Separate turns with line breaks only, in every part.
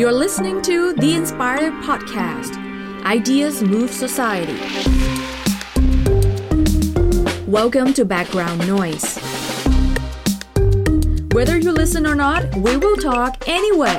You're listening to The Inspired Podcast. Ideas Move Society. Welcome to Background Noise. Whether you listen or not, we will talk anyway.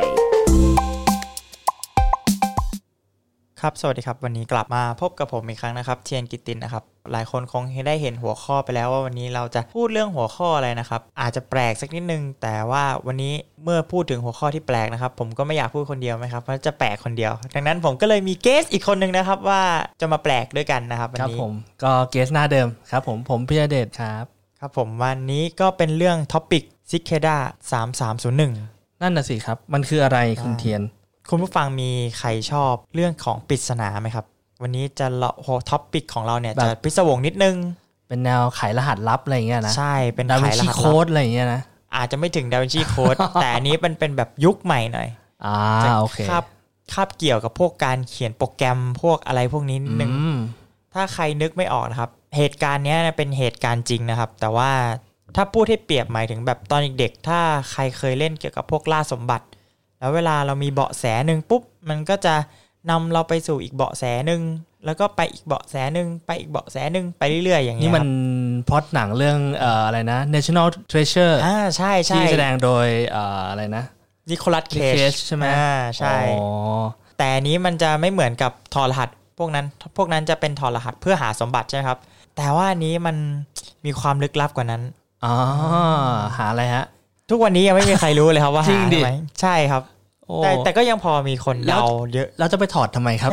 ครับ สวัสดีครับ วันนี้กลับมาพบกับผมอีกครั้งนะครับ เทียนกิตตินนะครับ หลายคนคงได้เห็นหัวข้อไปแล้วว่าวันนี้เราจะพูดเรื่องหัวข้ออะไรนะครับ อาจจะแปลกสักนิดนึง แต่ว่าวันนี้เมื่อพูดถึงหัวข้อที่แปลกนะครับ ผมก็ไม่อยากพูดคนเดียวไหมครับ เพราะจะแปลกคนเดียว ดังนั้นผมก็เลยมีเกสอีกคนนึงนะครับว่าจะมาแปลกด้วยกันนะครับวัน
ครับ
นี้
ผมก็เกสหน้าเดิมครับผมผมพิยเดชครับ
ครับผมวันนี้ก็เป็นเรื่องท็อปิกซิเคด้า3301
นั่นน่ะสิครับ มันคืออะไรคุณเทียน
คุณผู้ฟังมีใครชอบเรื่องของปริศนาไหมครับ วันนี้จะเลาะท็อปิกของเราเนี่ย
แบบ
จะพิศวงนิดนึง
เป็นแนวไขายรหัสลับอะไรอย่างเงี้ยนะ
ใช่เป็น
ดาวิ
ขาน ยร
ชี
หัสลั
โค้
บ
ดอะไรอย่างเงี้ยนะ
อาจจะไม่ถึงดาวินชีโค้ ด แต่อันนี้มันเป็นแบบยุคใหม่หน่อย
อ่า
จะ
โอเค
คาบคาบเกี่ยวกับพวกการเขียนโปรแกรมพวกอะไรพวกนี้นิดนึง
อืม
ถ้าใครนึกไม่ออกนะครับ เหตุการณ์เนี้ยเป็นเหตุการณ์จริงนะครับ แต่ว่าถ้าพูดให้เปรียบหมายถึงแบบตอนเด็กๆถ้าใครเคยเล่นเกี่ยวกับพวกล่าสมบัติ แล้วเวลาเรามีเบาะแสหนึ่งปุ๊บ มันก็จะนำเราไปสู่อีกเบาะแสหนึ่งแล้วก็ไปอีกเบาะแสหนึ่งไปอีกเบาะแสหนึ่งไปเรื่อยๆอย่างเงี้
นี่
ย
มั
ค
น
รับ
พล็อดหนังเรื่องเอ่ออะไรนะ National Treasure
อ่าใช่ใช่
ที่แสดงโดยเอ่ออะไรนะ
นิโคลัสเค
Cage ใช่ไหม
อ่าใช่
อ๋อ
แต่อันนี้มันจะไม่เหมือนกับถอดรหัส พวกนั้น พวกนั้นจะเป็นถอดรหัสเพื่อหาสมบัติใช่ไหมครับ แต่ว่าอันนี้มันมีความลึกลับกว่านั้น
อ๋อหาอะไรฮะ
ทุกวันนี้ยังไม่มีใครรู้เลยครับว่า
จ
หา
ริงดิ
ทำไมใช่ครับ
โอ้
แต่แต่ก็ยังพอมีคน
แล้ว
เดาเยอะ
เราจะไปถอดทำไมครับ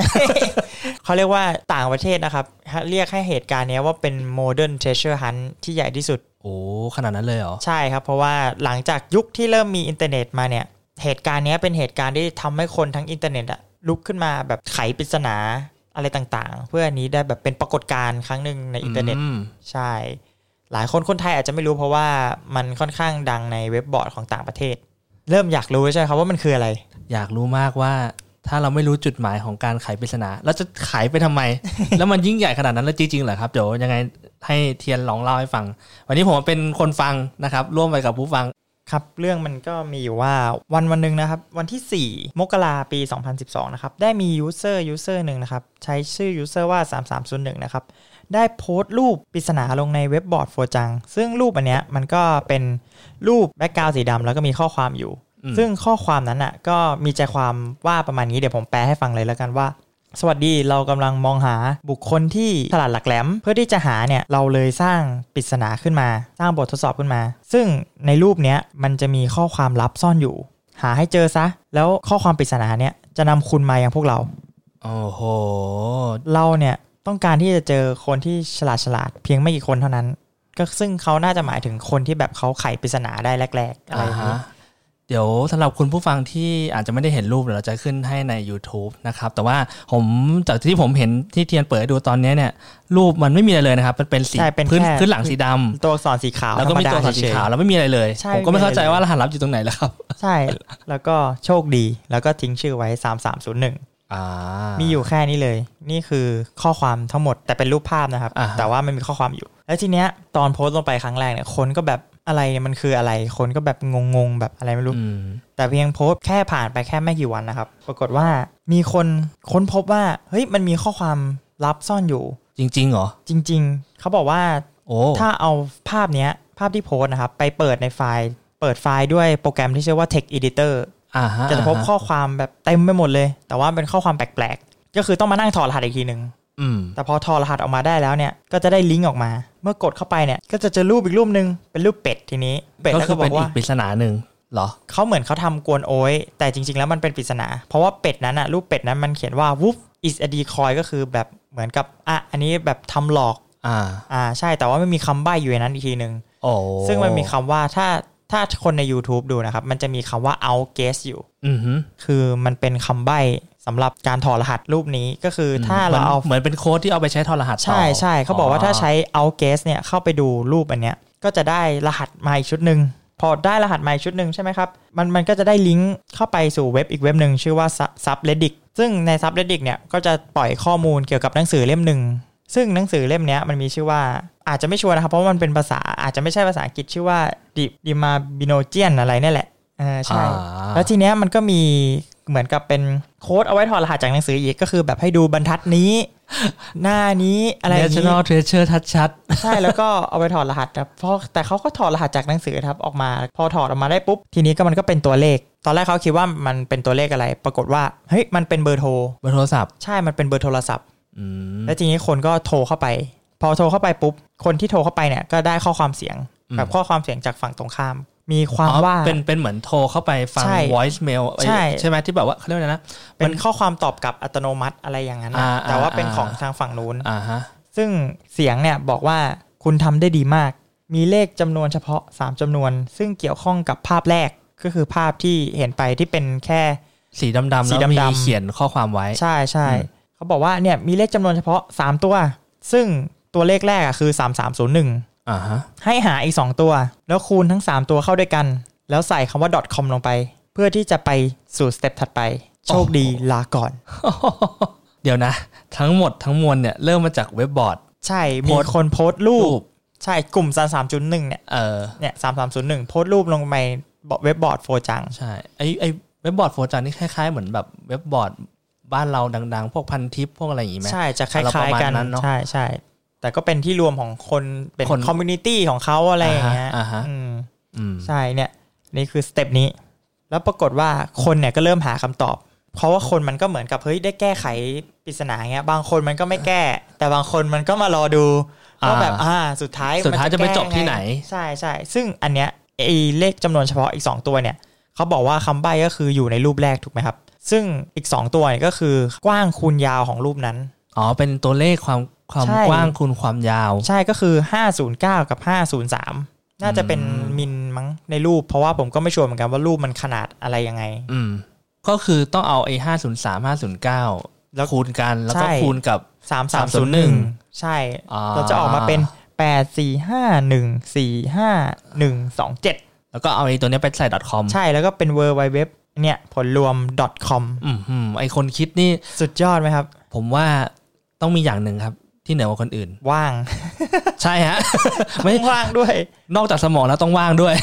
เขาเรียกว่าต่างประเทศนะครับ เรียกให้เหตุการณ์เนี้ยว่าเป็น modern treasure hunt ที่ใหญ่ที่สุด
โอ้ขนาดนั้นเลยเหรอ
ใช่ครับ เพราะว่าหลังจากยุคที่เริ่มมีอินเทอร์เน็ตมาเนี่ย เหตุการณ์เนี้ยเป็นเหตุการณ์ที่ทำให้คนทั้งอินเทอร์เน็ตอะลุกขึ้นมาแบบไขปริศนาอะไรต่างๆ เพื่ออันนี้ได้แบบเป็นปรากฏการณ์ครั้งหนึ่งในอินเทอร์เน็ต
ม
ใช่ หลายคนคนไทยอาจจะไม่รู้เพราะว่ามันค่อนข้างดังในเว็บบอร์ดของต่างประเทศ เริ่มอยากรู้ใช่ไหมครับว่ามันคืออะไร
อยากรู้มากว่าถ้าเราไม่รู้จุดหมายของการไขปริศนาเราจะไขไปทำไม แล้วมันยิ่งใหญ่ขนาดนั้นแล้วจริงๆเหรอครับเดี๋ยวยังไงให้เทียนลองเล่าให้ฟัง วันนี้ผมเป็นคนฟังนะครับ ร่วมไปกับผู้ฟัง
ครับเรื่องมันก็มีอยู่ว่าวันวันหนึ่งนะครับ วันที่ 4 มกราปี 2012 นะครับ ได้มียูเซอร์ยูเซอร์หนึ่งนะครับ ใช้ชื่อยูเซอร์ว่า 3301 นะครับ ได้โพสต์รูปปริศนาลงในเว็บบอร์ดโฟจัง ซึ่งรูปอันเนี้ยมันก็เป็นรูปแบ็กกราวสีดำแล้วก็มีข้อความอยู่
อืม
ซึ่งข้อความนั้นอ่ะก็มีใจความว่าประมาณนี้เดี๋ยวผมแปลให้ฟังเลยแล้วกันว่า สวัสดีเรากำลังมองหาบุคคลที่ฉลาดหลักแหลม เพื่อที่จะหาเนี่ยเราเลยสร้างปริศนาขึ้นมา สร้างบททดสอบขึ้นมา ซึ่งในรูปเนี้ยมันจะมีข้อความลับซ่อนอยู่ หาให้เจอซะ แล้วข้อความปริศนาเนี่ยจะนำคุณมาอย่างพวกเรา
โอ้โห
เราเนี่ยต้องการที่จะเจอคนที่ฉลาดฉลาดๆเพียงไม่กี่คนเท่านั้น ก็ซึ่งเขาน่าจะหมายถึงคนที่แบบเขาไขปริศนาได้แรกๆอะไรอ
อ่า
ย่าง
ฮะ
นี้
เดี๋ยวสำหรับคุณผู้ฟังที่อาจจะไม่ได้เห็นรูปเดี๋ยวเราจะขึ้นให้ใน YouTube นะครับ แต่ว่าผมจากที่ผมเห็นที่เทียนเปิดให้ดูตอนเนี้ยเนี่ย รูปมันไม่มีอะไรเลยนะครับมันเป็นสี
ใช่เป็น
พื้น
แค่
พื้นหลังสีดำ
ตัวอักษรสีขาว
แล้วก็มีตัว
ธรรดา
สี
เฉยๆ
ขาวแล้วไม่มีอะไรเลย
ใช่
ผมก็ไม่เข้าใจ
ไม่มีอะไร
ว่ารหัสลับอยู่ตรงไหนแล้วครับ
ใช่ แล้วก็โชคดี แล้วก็ทิ้งชื่อไว้ 3301
อ่า
มี
มี
อยู่แค่นี้เลย นี่คือข้อความทั้งหมด แต่เป็นรูปภาพนะครับ
อ่าฮะ
แต่ว่ามันมีข้อความอยู่ แล้วทีเนี้ยตอนโพสต์ลงไปครั้งแรกเนี่ย คนก็แบบอะไรเนี่ยมันคืออะไร คนก็แบบงงๆ แบบอะไรไม่รู้
อืม
แต่เพียงโพสต์แค่ผ่านไปแค่ไม่กี่วันนะครับ ปรากฏว่ามีคนค้นพบว่า เฮ้ย มันมีข้อความลับซ่อนอยู่
จริงๆเหรอ
จริง ๆ เขาบอกว่า
โอ้
ถ้าเอาภาพเนี้ย ภาพที่โพสต์นะครับ ไปเปิดในไฟล์ เปิดไฟล์ด้วยโปรแกรมที่ชื่อว่า Text Editor
อ่าฮะ
จะพบ
าฮ
ข้อความแบบเต็มไปหมดเลย แต่ว่าเป็นข้อความแปลกๆ ก็คือต้องมานั่งถอดรหัสอีกทีหนึ่ง
อืม
แต่พอถอดรหัสออกมาได้แล้วเนี่ย ก็จะได้ลิงก์ออกมา เมื่อกดเข้าไปเนี่ย ก็จะเจอรูปอีกรูปหนึ่งเป็นรูปเป็ดทีนี้ เป็ด
ก็
แล้ว
คื
ก็
อบ เป็
อน ก
อี
ว่าก
ปริศนาหนึ่งเหรอ
เขาเหมือนเขาทำกวนโอ้ยแต่จริงๆ แล้วมันเป็นปริศนา เพราะว่าเป็ดนั้นอะรูปเป็ดนั้นมันเขียนว่า woof is a decoy ก็คือแบบเหมือนกับอ่ะอันนี้แบบทำหลอก
อ่า
อ่า ใช่ แต่ว่าไม่มีคำใบ้อยู่ในนั้นอีกทีหนึ่ง
โอ้
ซึ่งมันมีคำว่าถ้าถ้าคนใน YouTube ดูนะครับ มันจะมีคำว่า out guess อยู่
อือหือ
คือมันเป็นคำใบ้สำหรับการถอดรหัสรูปนี้ก็คือถ้าเราเอา
เหมือนเป็นโค้ดที่เอาไปใช้ทอรหัสต่อ
ใช่ใช่เขาบอกว่าถ้าใช้ out guess เนี่ยเข้าไปดูรูปอันเนี้ยก็จะได้รหัสมาอีกชุดหนึ่งพอได้รหัสมาอีกชุดหนึ่งใช่ไหมครับ มันมันก็จะได้ลิงก์เข้าไปสู่เว็บอีกเว็บหนึ่งชื่อว่า Sub- subreddit ซึ่งใน subreddit เนี่ยก็จะปล่อยข้อมูลเกี่ยวกับหนังสือเล่มหนึ่งซึ่งหนังสือเล่มเนี้ยมันมีชื่อว่าอาจจะไม่ชัวร์นะครับเพราะว่ามันเป็นภาษาอาจจะไม่ใช่ภาษาอังกฤษชื่อว่าดิมาบิโนเจียนอะไรเนี่ยแหละเออใช่
อ่า
แล้วทีเนี้ยมันก็มี เหมือนกับเป็นโค้ดเอาไว้ถอดรหัสจากหนังสืออีกก็คือแบบให้ดูบรรทัดนี้ หน้านี้อะไรอย่างนี้
National Treasure ชัด
ใช่แล้วก็เอาไปถอดรหัสครับเพราะแต่เขาก็ถอดรหัสจากหนังสือครับออกมา พอถอดออกมาได้ปุ๊บ ทีนี้ก็มันก็เป็นตัวเลข ตอนแรกเขาคิดว่ามันเป็นตัวเลขอะไร ปรากฏว่าเฮ้ยมันเป็นเบอร์โทร
ๆเบอร์โทรศัพท์
ใช่มันเป็นเบอร์โทรศัพท์
อืม
แล้วทีนี้คนก็โทรเข้าไป พอโทรเข้าไปปุ๊บ คนที่โทรเข้าไปเนี่ยก็ได้ข้อความเสียง
อืม
แบบข้อความเสียงจากฝั่งตรงข้าม มีความ
อ๋อ
ว่า
เป็นเป็นเหมือนโทรเข้าไปฟัง
ใช่
voice mail
ใช่
ใช่ไหมที่แบบว่าเขาเรียกว่าอะไรนะ
เป็นข้อความตอบกลับอัตโนมัติอะไรอย่างนั้นนะ
อ่า
แต่ว่าเป็น
อ่า
ของทางฝั่งนู้น
อ่าฮะ
ซึ่งเสียงเนี่ยบอกว่าคุณทำได้ดีมาก มีเลขจำนวนเฉพาะ 3จำนวน ซึ่งเกี่ยวข้องกับภาพแรกก็คือภาพที่เห็นไปที่เป็นแค่
สีดำๆ
สี
แล้วมี
ดำๆ
เขียนข้อความไว้
ใช่ใช่
อืม
เขาบอกว่าเนี่ยมีเลขจำนวนเฉพาะ 3 ตัว ซึ่งตัวเลขแรกอะคือ 3301
อ่าฮะ
ให้หาอีก 2 ตัว แล้วคูณทั้ง 3 ตัวเข้าด้วยกัน แล้วใส่คำว่า .com ลงไป เพื่อที่จะไปสู่สเต็ปถัดไป โชคดีลาก่อน
เดี๋ยวนะ ทั้งหมดทั้งมวลเนี่ยเริ่มมาจากเว็บบอร์ด
ใช่
โพ
มี
สต์
คนโพสต์รู
รู
ป
ป
ใช่กลุ่ม3301เนี่ย
เออ
เนี่ยสามสามศูนย์หนึ่งโพสต์รูปลงไปเว็บบอร์ดโฟจัง
ใช่ไอไอเว็บบอร์ดโฟจานนี่คล้ายๆเหมือนแบบเว็บบอร์ดบ้านเราดัง ๆ พวกพันทิปพวกอะไรอย่างงี้ไหม
ใช่จะคล้ายๆกัน
เราประมาณนั้นเนอะ
ใช่ใช่แต่ก็เป็นที่รวมของคนเป็น
คน
คอมมูนิตี้ของเขาอะไรอย่างเงี้ย
อ่าฮะอ่าฮะ
อืม
อืม
ใช่เนี่ย นี่คือสเต็ปนี้ แล้วปรากฏว่าคนเนี่ยก็เริ่มหาคำตอบ เพราะว่าคนมันก็เหมือนกับเฮ้ยได้แก้ไขปริศนาเงี้ยบางคนมันก็ไม่แก้ แต่บางคนมันก็มารอดูว่าแบบอ่าสุดท้าย
สุดท้ายจะไปจบที่
มัแก้ยังง
ไหน
ใช่ใช่ ซึ่งอันเนี้ยไอเลขจำนวนเฉพาะอีก 2 ตัวเนี่ยเขาบอกว่าคำใบ้ก็คืออยู่ในรูปแรกถูกไหมครับ ซึ่งอีก 2 ตัวเนี่ยก็คือกว้างคูณยาวของรูปนั้น
อ๋อ เป็นตัวเลขความความ
ใช่
กว้างคูณความยาว
ใช่ก็คือ 509 กับ 503 น่าจะเป็น
อืม
มิลมั้งในรูป เพราะว่าผมก็ไม่ชัวร์เหมือนกันว่ารูปมันขนาดอะไรยังไง
อืม ก็คือต้องเอาไอ้ห้าศูนย์สามห้าศูนย์เก้า
แล้ว
คูณกันแล้วก็
ใช่
คูณกับ
3301 ใช่เราจะออกมาเป็น 8 4 5 1 4 5 1 2 7
แล้วก็เอาไอ้ตัวเนี้ยไปใส่ .com
ใช่แล้วก็เป็น w w w เนี่ยผลรวม .com
อืมอืมไอคนคิดนี่
สุดยอดไหมครับ
ผมว่าต้องมีอย่างหนึ่งครับ ที่เหนือกว่าคนอื่น
ว่าง
ใช่ ฮะ ไม่
ว่างด้วย
นอกจากสมองแล้วต้องว่างด้วย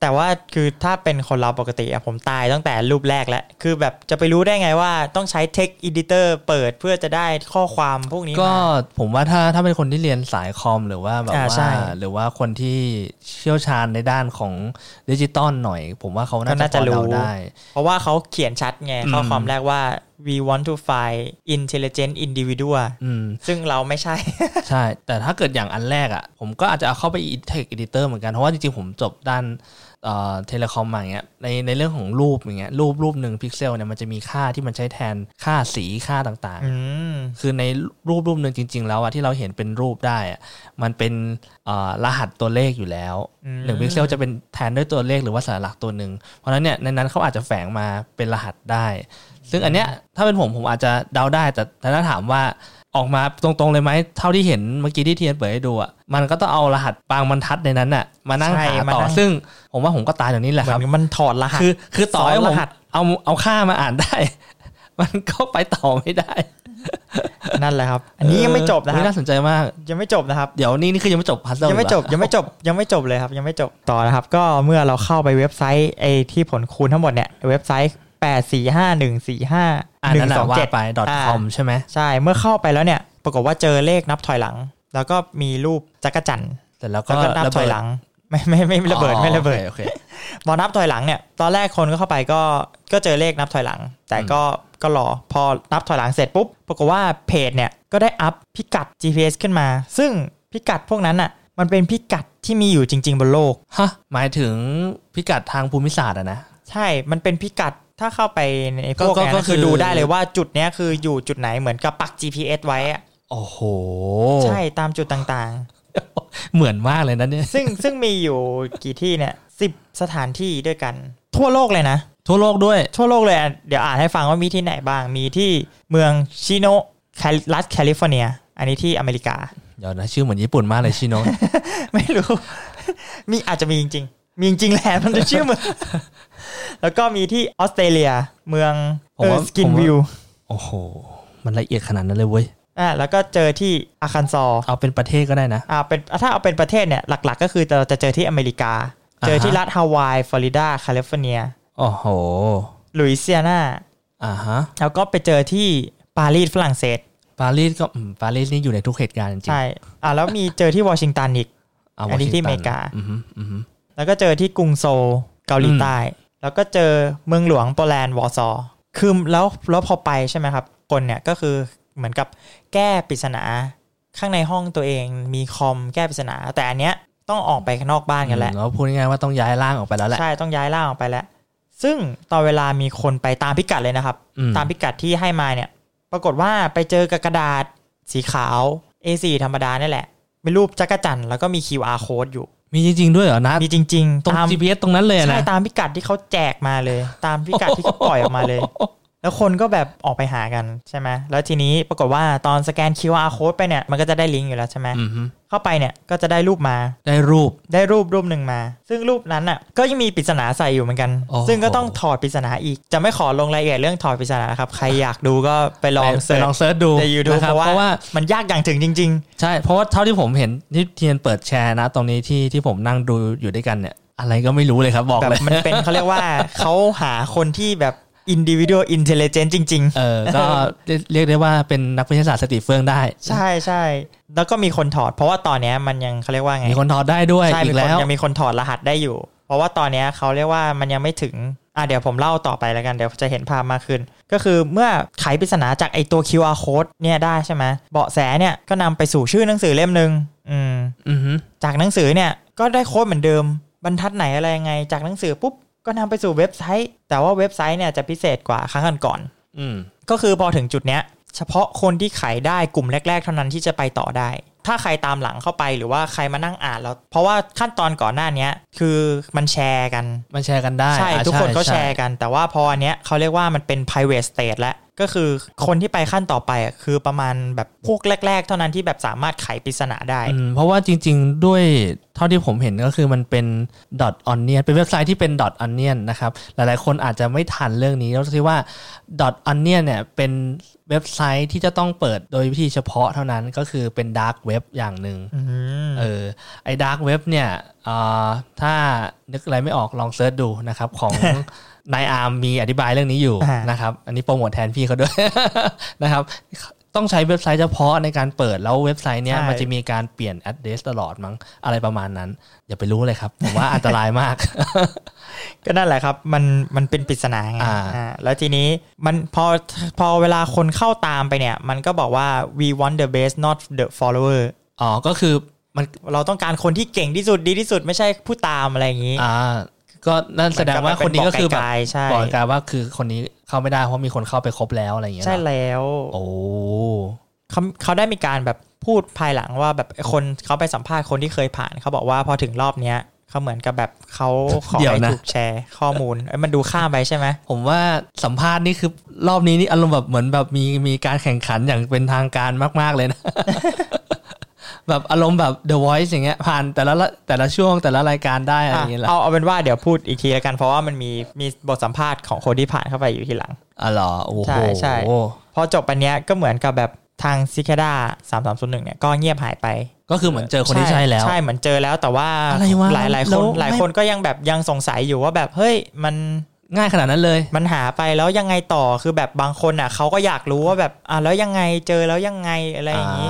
แต่ว่าคือถ้าเป็นคนเราปกติอะผมตายตั้งแต่รูปแรกแล้ว คือแบบจะไปรู้ได้ไงว่าต้องใช้เทคอ d ดิเตอร์เปิดเพื่อจะได้ข้อความพวกนี้
ก็
มา
ผมว่าถ้าถ้าเป็นคนที่เรียนสายคอมหรือว่าแบบ
อ่าใช่
ว่าหรือว่าคนที่เชี่ยวชาญในด้านของดิจิตอลหน่อย ผมว่าเขาน่าจะพอเดาได้
เพราะว่าเขาเขียนชัดไง
อืม
ข้อความแรกว่า we want to find intelligent individual
อืม
ซึ่งเราไม่ใช่
ใช่ แต่ถ้าเกิดอย่างอันแรกอะ่ะ ผมก็อาจจะเอาเข้าไปอีเทคอดิเตอร์เหมือนกัน เพราะว่าจริงๆ ผมจบด้านเอ่อเทเลคอมมาอย่างเงี้ยในในเรื่องของรูปอย่างเงี้ยรูปรูปหนึ่งพิกเซลเนี่ยมันจะมีค่าที่มันใช้แทนค่าสีค่าต่าง
อืม
ๆ คือในรูปรูปหนึ่งจริง ๆ แล้วอะที่เราเห็นเป็นรูปได้อะมันเป็นเอ่อรหัสตัวเลขอยู่แล้ว
อืม
หนึ่งพิกเซลจะเป็นแทนด้วยตัวเลขหรือว่าสัญลักษณ์ตัวหนึ่งเพราะฉะนั้นเนี่ยในนั้นเขาอาจจะแฝงมาเป็นรหัสได้ ซึ่งอันเนี้ยถ้าเป็นผมผมอาจจะเดาได้แต่แต่ถ้าถามว่าออกมาตรงๆเลยไหมเท่าที่เห็นเมื่อกี้ที่เทียนเปิดให้ดูอ่ะมันก็ต้องเอารหัสบางบรรทัดในนั้นอ่ะมานั่ง
ใช่
หา
มา
ต่อ
นั่ง
ซึ่งผมว่าผมก็ตายเดี๋ยวนี้แห ละ
เหมือ
ครับ
นมันถอดรหัส
คือคือต่อให้
ซ้อนร
ผม
หัส
เอาเอาค่ามาอ่านได้ มันก็ไปต่อไม่ได้
นั่นแหละครับ อันนี้ยังไม่จบนะค
เออ
รั
น่า
บ
สนใจมาก
ยังไม่จบนะครับ
เดี๋ยวนี่นี่คือยังไม่จบพัซเซิล
ยังไม่จบยังไม่จบยังไม่จบเลยครับ ยังไม่จบต่อนะครับ ก็เมื่อเราเข้าไปเว็บไซต์ไอที่ผลคูณทั้งหมดเนี่ยเว็บไซต์แปดสี่ห้าหนึ่งสี่ห้า
อ่าน
หนึ่ง
นั่นแห
สอ
ละ
ง
ว่า
เจ็ด
ไป .com ใช่ไหม
ใช่เมื่อเข้าไปแล้วเนี่ย ปรากฏว่าเจอเลขนับถอยหลัง แล้วก็มีรูปจักรจันทร์
แต่แล้วก็
แล้วก็นับ
ระ
ถอ
เบิ
ย
ด
หลัง ไม่ไม่ไม่ไม่ระเบิด
อ๋อ
ไม่ระเบิด
โอคโอเค
พอนับถอยหลังเนี่ยตอนแรกคนก็เข้าไปก็ก็เจอเลขนับถอยหลัง แต่ก็ก็รอพอนับถอยหลังเสร็จปุ๊บปรากฏว่าเพจเนี่ยก็ได้อัพพิกัด GPS ขึ้นมา ซึ่งพิกัดพวกนั้นอ่ะมันเป็นพิกัดที่มีอยู่จริง ๆ บนโลก
ฮะหมายถึงพิกัดทางภูมิศาสตร์อะนะ
ใช่ มันเป็นพิกัด ถ้าเข้าไปในพวก
ก็
นั้น
ก็
นะ
คื
คือ อดูได้เลยว่าจุดเนี้ยคืออยู่จุดไหนเหมือนกับปัก GPS ไว้อะ
โอ้โห
ใช่ตามจุดต่าง
เหมือนมากเลยนะเนี่ย
ๆ ซึ่งซึ่งมีอยู่กี่ที่เนี่ยสิบสถานที่ด้วยกัน ทั่วโลกเลยนะ
ทั่วโลกด้วย
ทั่วโลกเลยอ่ะเดี๋ยวอ่านให้ฟังว่ามีที่ไหนบ้าง มีที่เมืองชิโนะแคลิรัฐแคลิฟอร์เนีย อันนี้ที่อเมริกา
เดี๋ยวนะชื่อเหมือนญี่ปุ่นมากเลยชิโนะ
ไม่รู้ มีอาจจะมีจริงๆ มีจริงแหละมันจะชื่อเมือง แล้วก็มีที่ออสเตรเลียเมือง
ผม
เออ
ว่า
สกิ
ผ
น
มว่า
วิว
โอ้โห มันละเอียดขนาดนั้นเลยเว้ย
อ่าแล้วก็เจอที่อาคันซอว์
เอาเป็นประเทศก็ได้นะ
อ่าเป็นถ้าเอาเป็นประเทศเนี่ย หลักๆ ก็คือเราจะเจอที่อเมริกา
อ่าฮะ
เจอที่รัฐฮาวาย ฟลอริดา แคลิฟอร์เนีย
โอ้โห
ลุยเซียนา
อ่าฮะ
แล้วก็ไปเจอที่ปารีสฝรั่งเศส
ปารีสก็อืมปารีสนี่อยู่ในทุกเหตุการณ์จริง
ใช่อ่าแล้วมีเจอที่วอชิงตันอีก
ๆาว
อันนี้ที่อเมริกา
อือฮึอือฮึ
แล้วก็เจอที่กรุงโซลเกาหลี
อืม
ใต้ แล้วก็เจอเมืองหลวงโปแลนด์วอร์ซอว์คือแล้วแล้วพอไปใช่ไหมครับ คนเนี่ยก็คือเหมือนกับแก้ปริศนาข้างในห้องตัวเองมีคอมแก้ปริศนา แต่อันเนี้ยต้องออกไปข้างนอกบ้านกันแหละ
อืมเราพูดง่ายๆว่าต้องย้ายร่างออกไปแล้วแหละ
ใช่ต้องย้ายล่างออกไปแล้ว ซึ่งตอนเวลามีคนไปตามพิกัดเลยนะครับ
อื
ตามพิกัดที่ให้มาเนี่ย ปรากฏว่าไปเจอกับกระดาษสีขาว A4 ธรรมดาเนี่ยแหละเป็นรูปจักรจันทร์แล้วก็มี QR code อยู่
มีจริง ๆ ด้วยเหรอนะ
มีจริง ๆ
ตรง
ตาม
GPS ตรงนั้นเลยอะ
ใช่
นะ
ตามพิกัดที่เขาแจกมาเลย ตามพิกัดที่เขาปล่อยออกมาเลย แล้วคนก็แบบออกไปหากันใช่ไหมแล้วทีนี้ปรากฏว่าตอนสแกน QR code ไปเนี่ยมันก็จะได้ลิงก์อยู่แล้วใช่ไหม
อือฮึ
เข้าไปเนี่ยก็จะได้รูปมา
ได้รูป
ได้รูปรูปหนึ่งมา ซึ่งรูปนั้นอ่ะก็ยังมีปริศนาใส่อยู่เหมือนกัน
โอ้โห
ซึ่งก็ต้องถอดปริศนาอีก จะไม่ขอลงรายละเอียดเรื่องถอดปริศนานะครับ ใครอยากดูก็ไปลอง
ไป
เสิร์
ไปลอง
ช
เสิร์ชดู
ในยูทูบ
นะครับ
เพ
เพ
ราะ
ราะ
ว่า
ว่า
มันยากอย่างถึงจริง
ใช่เพราะว่าเท่าที่ผมเห็นที่เทียนเปิดแชร์นะ ตรงนี้ที่ที่ผมนั่งดูอยู่ด้วยกันเนี่ย อะไรก็ไม่รู้เลยครับ บ
ๆ
อก
แบบ
เลย
มันเป็นเขาเรียกว่า เขาหาคนที่แบบ individual intelligent จริง
เออก็ เรียกเรียกได้ว่าเป็นนักวิทยาศาสตร์สติเฟื่องได้
ๆ ใช่ใช่แล้วก็มีคนถอด เพราะว่าตอนเนี้ยมันยังเขาเรียกว่าไง
มีคนถอดได้ด้วย
ใช่
อี
มี
ก
ค
แล้
น
ว
ยังมีคนถอดรหัสได้อยู่ เพราะว่าตอนเนี้ยเขาเรียกว่ามันยังไม่ถึงอ่ะเดี๋ยวผมเล่าต่อไปแล้วกันเดี๋ยวจะเห็นภาพมากขึ้น ก็คือเมื่อไขปริศนาจากไอตัว QR code เนี่ยได้ใช่ไหมเบาะแสเนี่ยก็นำไปสู่ชื่อหนังสือเล่มหนึ่งอืม
อือฮึ
จากหนังสือเนี่ยก็ได้โค้ดเหมือนเดิม บรรทัดไหนอะไรยังไง จากหนังสือปุ๊บก็นำไปสู่เว็บไซต์ แต่ว่าเว็บไซต์เนี่ยจะพิเศษกว่าครั้งก่อน
อืม
ๆก็คือพอถึงจุดเนี้ยเฉพาะคนที่ไขได้กลุ่มแรก ๆ เท่านั้นที่จะไปต่อได้ ถ้าใครตามหลังเข้าไปหรือว่าใครมานั่งอ่านแล้ว เพราะว่าขั้นตอนก่อนหน้าเนี้ยคือมันแชร์กัน
มันแชร์กันได้
ใช่
อ่ะ
ทุกคน
ใ
เขาแชร์กันแต่ว่าพออันเนี้ยเขาเรียกว่ามันเป็น private state แล้วก็คือคนที่ไปขั้นต่อไปอ่ะคือประมาณแบบพวกแรก ๆ เท่านั้นที่แบบสามารถไขปริศนาได้
อืมเพราะว่าจริง ๆ ด้วยเท่าที่ผมเห็นก็คือมันเป็น dot .onion เป็นเว็บไซต์ที่เป็น dot .onion นะครับ หลายๆ คนอาจจะไม่ทันเรื่องนี้แล้วที่ว่า dot .onion เนี่ยเป็นเว็บไซต์ที่จะต้องเปิดโดยวิธีเฉพาะเท่านั้นก็คือเป็น dark web อย่างหนึ่ง
อืม
เออไอ้ดาร์กเว็บเนี่ยเอ่อถ้านึกอะไรไม่ออกลองเซิร์ชดูนะครับ ของ นายอาร์มมีอธิบายเรื่องนี้อยู่
อ่าน
นะครับ อันนี้โปรโมทแทนพี่เขาด้วย นะครับ ต้องใช้เว็บไซต์เฉพาะในการเปิดแล้วเว็บไซต์เนี้ยมันจะมีการเปลี่ยน address ตลอดมั้งอะไรประมาณนั้น อย่าไปรู้เลยครับ ผมว่าอันตรายมาก
ก็นั่นแหละครับ มันมันเป็นปริศนาไง
อ่า
อ่าแล้วทีนี้มันพอพอเวลาคนเข้าตามไปเนี่ย มันก็บอกว่า we want the best not the follower
อ๋อก็คือมัน
เราต้องการคนที่เก่งที่สุดดีที่สุดไม่ใช่ผู้ตามอะไรอย่างนี้
อ่าก็นั่นแสดงว่าคนนี้ก็คือแบบ
เหมืนกัมันเป็นไกลๆใช่
บอกกันว่าคือคนนี้เข้าไม่ได้เพราะมีคนเข้าไปครบแล้วอะไรอย่างเงี้ย
ใช่
เหรอ
แล้ว
โอ้
เขาเขาได้มีการแบบพูดภายหลังว่าแบบคนเขาไปสัมภาษณ์คนที่เคยผ่านเขาบอกว่าพอถึงรอบเนี้ยเขาเหมือนกับแบบเขาขอ
เดี๋ยว
ให้
นะ
ถูกแชร์ข้อมูลเอ้ยมันดูข้ามไปใช่ไหม
ผมว่าสัมภาษณ์นี่คือรอบนี้นี่อารมณ์แบบเหมือนแบบมีมีการแข่งขันอย่างเป็นทางการมาก ๆ เลยนะ แบบอารมณ์แบบ The Voice อย่างเงี้ยผ่านแต่ละละแต่ละช่วงแต่ละรายการได้อะไรอย่างเงี้ย
อ่ะ
ละ
เอาเอาเป็นว่าเดี๋ยวพูดอีกทีแล้วกันเพราะว่ามันมีมีบทสัมภาษณ์ของคนที่ผ่านเข้าไปอยู่ทีหลัง
อ๋อเหรอโอ้โห
ใช่ใช่ พอจบอันเนี้ยก็เหมือนกับแบบทางซิเคด้าสามสามศูนย์หนึ่งเนี่ยก็เงียบหายไป
ก็คือเหมือนเจอคนที่ใช่แล้ว
ใช่เหมือนเจอแล้วแต่ว่า
อะไรวะ
หลายหลายๆค
แล้
น
ว
หลายคนก็ยังแบบยังสงสัยอยู่ว่าแบบเฮ้ยมัน
ง่ายขนาดนั้นเลย
มันหาไปแล้วยังไงต่อคือแบบบางคนอ่ะเขาก็อยากรู้ว่าแบบอ่ะแล้วยังไงเจอแล้วยังไงอะไรอย่างนี้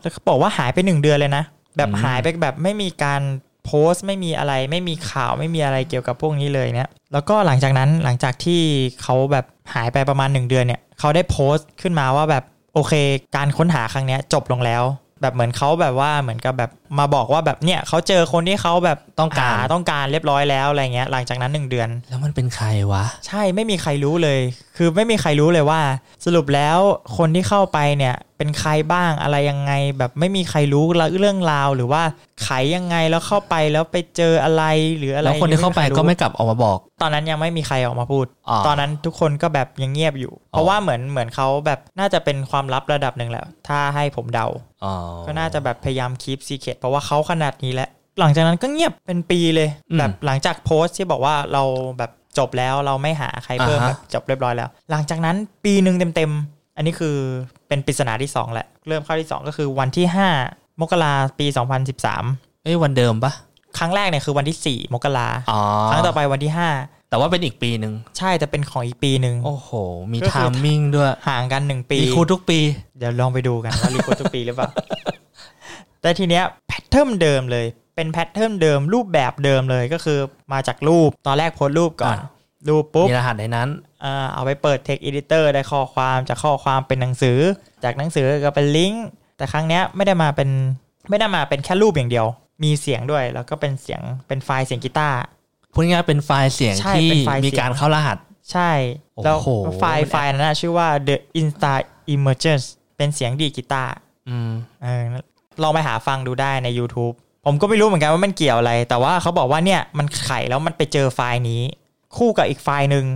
แล้วเขาบอกว่าหายไปหนึ่งเดือนเลยนะ แบบ
อืม
หายไปแบบไม่มีการโพสต์ ไม่มีอะไร ไม่มีข่าวไม่มีอะไรเกี่ยวกับพวกนี้เลยเนี่ยแล้วก็หลังจากนั้นหลังจากที่เขาแบบหายไปประมาณหนึ่งเดือนเนี่ยเขาได้โพสต์ขึ้นมาว่าแบบโอเค การค้นหาครั้งเนี้ยจบลงแล้ว แบบเหมือนเขาแบบว่าเหมือนกับแบบมาบอกว่าแบบเนี่ยเขาเจอคนที่เขาแบบ
ต้องการ
หต้องการเรียบร้อยแล้วอะไรเงี้ยหลังจากนั้นหนึ่งเดือน
แล้วมันเป็นใครวะ
ใช่ไม่มีใครรู้เลย คือไม่มีใครรู้เลยว่า สรุปแล้วคนที่เข้าไปเนี่ยเป็นใครบ้างอะไรยังไง แบบไม่มีใครรู้เรื่องราวหรือว่าไขยังไงแล้วเข้าไปแล้วไปเจออะไรหรืออะไร
แล้วคนที่เข้าไปก็ไม่กลับออกมาบอก
ตอนนั้นยังไม่มีใครออกมาพูด
อ่า
ตอนนั้นทุกคนก็แบบยังเงียบอยู่ เพราะ
อ๋อ
ว่าเหมือนเหมือนเขาแบบน่าจะเป็นความลับระดับหนึ่งแหละถ้าให้ผมเดา
อ๋อ
ก็น่าจะแบบพยายามคีปซีเค t เพราะว่าเขาขนาดนี้แล้ว หลังจากนั้นก็เงียบเป็นปีเลย
อืม
แบบหลังจากโพสต์ที่บอกว่าเราแบบจบแล้วเราไม่หาใครเพิ่ม
อ่าฮะ
แบบจบเรียบร้อยแล้ว หลังจากนั้นปีหนึ่งเต็มๆ อันนี้คือเป็นปริศนาที่ 2 แหละ เริ่มเข้าที่ 2 ก็คือวันที่ 5 มกราปี 2013
เอ้ยวันเดิมปะ
ครั้งแรกเนี่ยคือวันที่ 4 มกรา
อ๋อ
ครั้งต่อไปวันที่ 5
แต่ว่าเป็นอีกปีหนึ่ง
ใช่แต่เป็นของอีกปีหนึ่ง
โอ้โห มี
ก็
ไท
คือ
มิ่งด้วย
ห่างกันหนึ่งปี
รีคูดทุกปี
เดี๋ยวลองไปดูกันว่ารีคูดทุกปีหรือเปล่า แต่ทีเนี้ยแพทเทิร์นเดิมเลย เป็นแพทเทิร์นเดิมรูปแบบเดิมเลยก็คือมาจากรูปตอนแรกโพสต์รูปก่อน
อ่า
รูปปุ๊บ
มีรหัสในนั้น
เอ่อเอาไปเปิด Text Editor ได้ข้อความจากข้อความเป็นหนังสือ จากหนังสือก็เป็นลิงก์แต่ครั้งเนี้ยไม่ได้มาเป็นไม่ได้มาเป็นแค่รูปอย่างเดียว มีเสียงด้วยแล้วก็เป็นเสียงเป็นไฟล์เสียงกีตาร์
พูดง่ายๆเป็นไฟล์เสียง
ใช่
ที่
เป็นไฟล์เสียง
มีการเข้ารหัส
ใช่
โอ้โห
แล้วไฟล์ไฟล์นั้นนะชื่อว่า The Insta Emergence เป็นเสียงดีดกีตาร์
อืม
เออลองไปหาฟังดูได้ใน YouTube ผมก็ไม่รู้เหมือนกันว่ามันเกี่ยวอะไร แต่ว่าเขาบอกว่าเนี่ยมันไขแล้วมันไปเจอไฟล์นี้ คู่กับอีกไฟล์หนึ่ง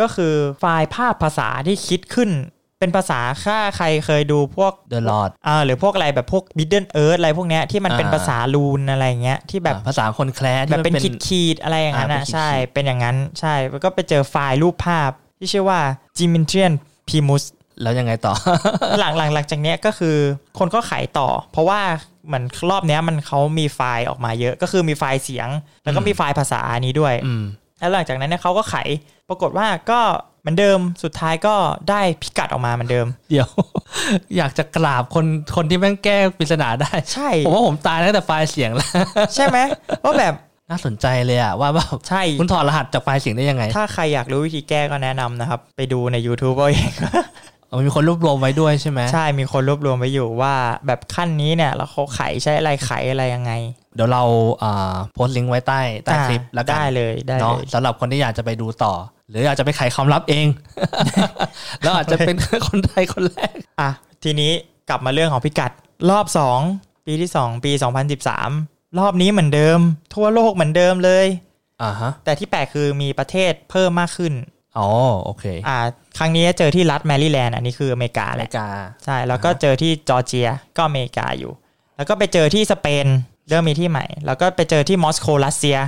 ก็คือไฟล์ภาพภาษาที่คิดขึ้น เป็นภาษาค่าใครเคยดูพวก
The Lord
อ่าหรือพวกอะไรแบบพวก Middle Earth อะไรพวกเนี้ยที่มันเป็น
อ่า
ภาษาลูนอะไรอย่างเงี้ยที่แบบ
อ่าภาษาคนแคล้ที่
แบบ
มั
เป็นขีดขีดๆอะไรอย่างนั้น
อ่า
นะ
เป็นขีดๆ
ใช่เป็นอย่างนั้นใช่แล้วก็ไปเจอไฟล์รูปภาพที่ชื่อว่า Geometrian Primus
แล้วยังไงต่อ
หลังหลังหลังจากเนี้ยก็คือคนก็ขายต่อ เพราะว่าเหมือนรอบเนี้ยมันเขามีไฟล์ออกมาเยอะ ก็คือมีไฟล์เสียง แล้วก็มีไฟล์ภาษาอันนี้ด้วย
อืม
แล้วหลังจากนั้นเนี่ยเขาก็ขายปรากฏว่าก็เหมือนเดิมสุดท้ายก็ได้พิกัดออกมาเหมือน เดิม
เดี๋ยว อยากจะกราบคนคนที่แม่งแก้ปริศนาได้
ใช่
ผมว่าผมตายตั้งแต่ไฟล์เสียงแล้ว
ใช่ไหมว่าแบบ
น่าสนใจเลยอะว่าแบบ
ใช่
คุณถอดรหัสจากไฟล์เสียงได้ยังไง
ถ้าใครอยากรู้วิธีแก้ก็แนะนำนะครับ ไปดูใน YouTube เอาเอง
เอามีคนรวบรวมไว้ด้วยใช่ไหม
ใช่มีคนรวบรวมไว้อยู่ว่าแบบขั้นนี้เนี่ยแล้วเขาไขใช้อะไรไขอะไรยังไง
เดี๋ยวเราอ่าโพสต์ลิงก์ไว้ใต้ใต้คลิปแล้วกัน
ได้เลยได้
เนาะ
เลย
สำหรับคนที่อยากจะไปดูต่อ หรืออยากจะไปไขความลับเอง แล้วอาจจะเป็น คนไทยคนแรก
อ่ะทีนี้กลับมาเรื่องของพิกัดรอบ 2 ปีที่ 2 ปี 2013 รอบนี้เหมือนเดิม ทั่วโลกเหมือนเดิมเลย
อ่าฮะ
แต่ที่แปลกคือมีประเทศเพิ่มมากขึ้น
อ๋อโอเค
อ่าครั้งนี้เจอที่รัฐแมริแลนด์อันนี้คืออเมริกา
อ
แห
เม
ละ
ริกา
ใช่ แล้วก็เจอที่จอร์เจียก็อเมริกาอยู่ แล้วก็ไปเจอที่สเปนเริ่มมีที่ใหม่ แล้วก็ไปเจอที่มอสโกรัสเซีย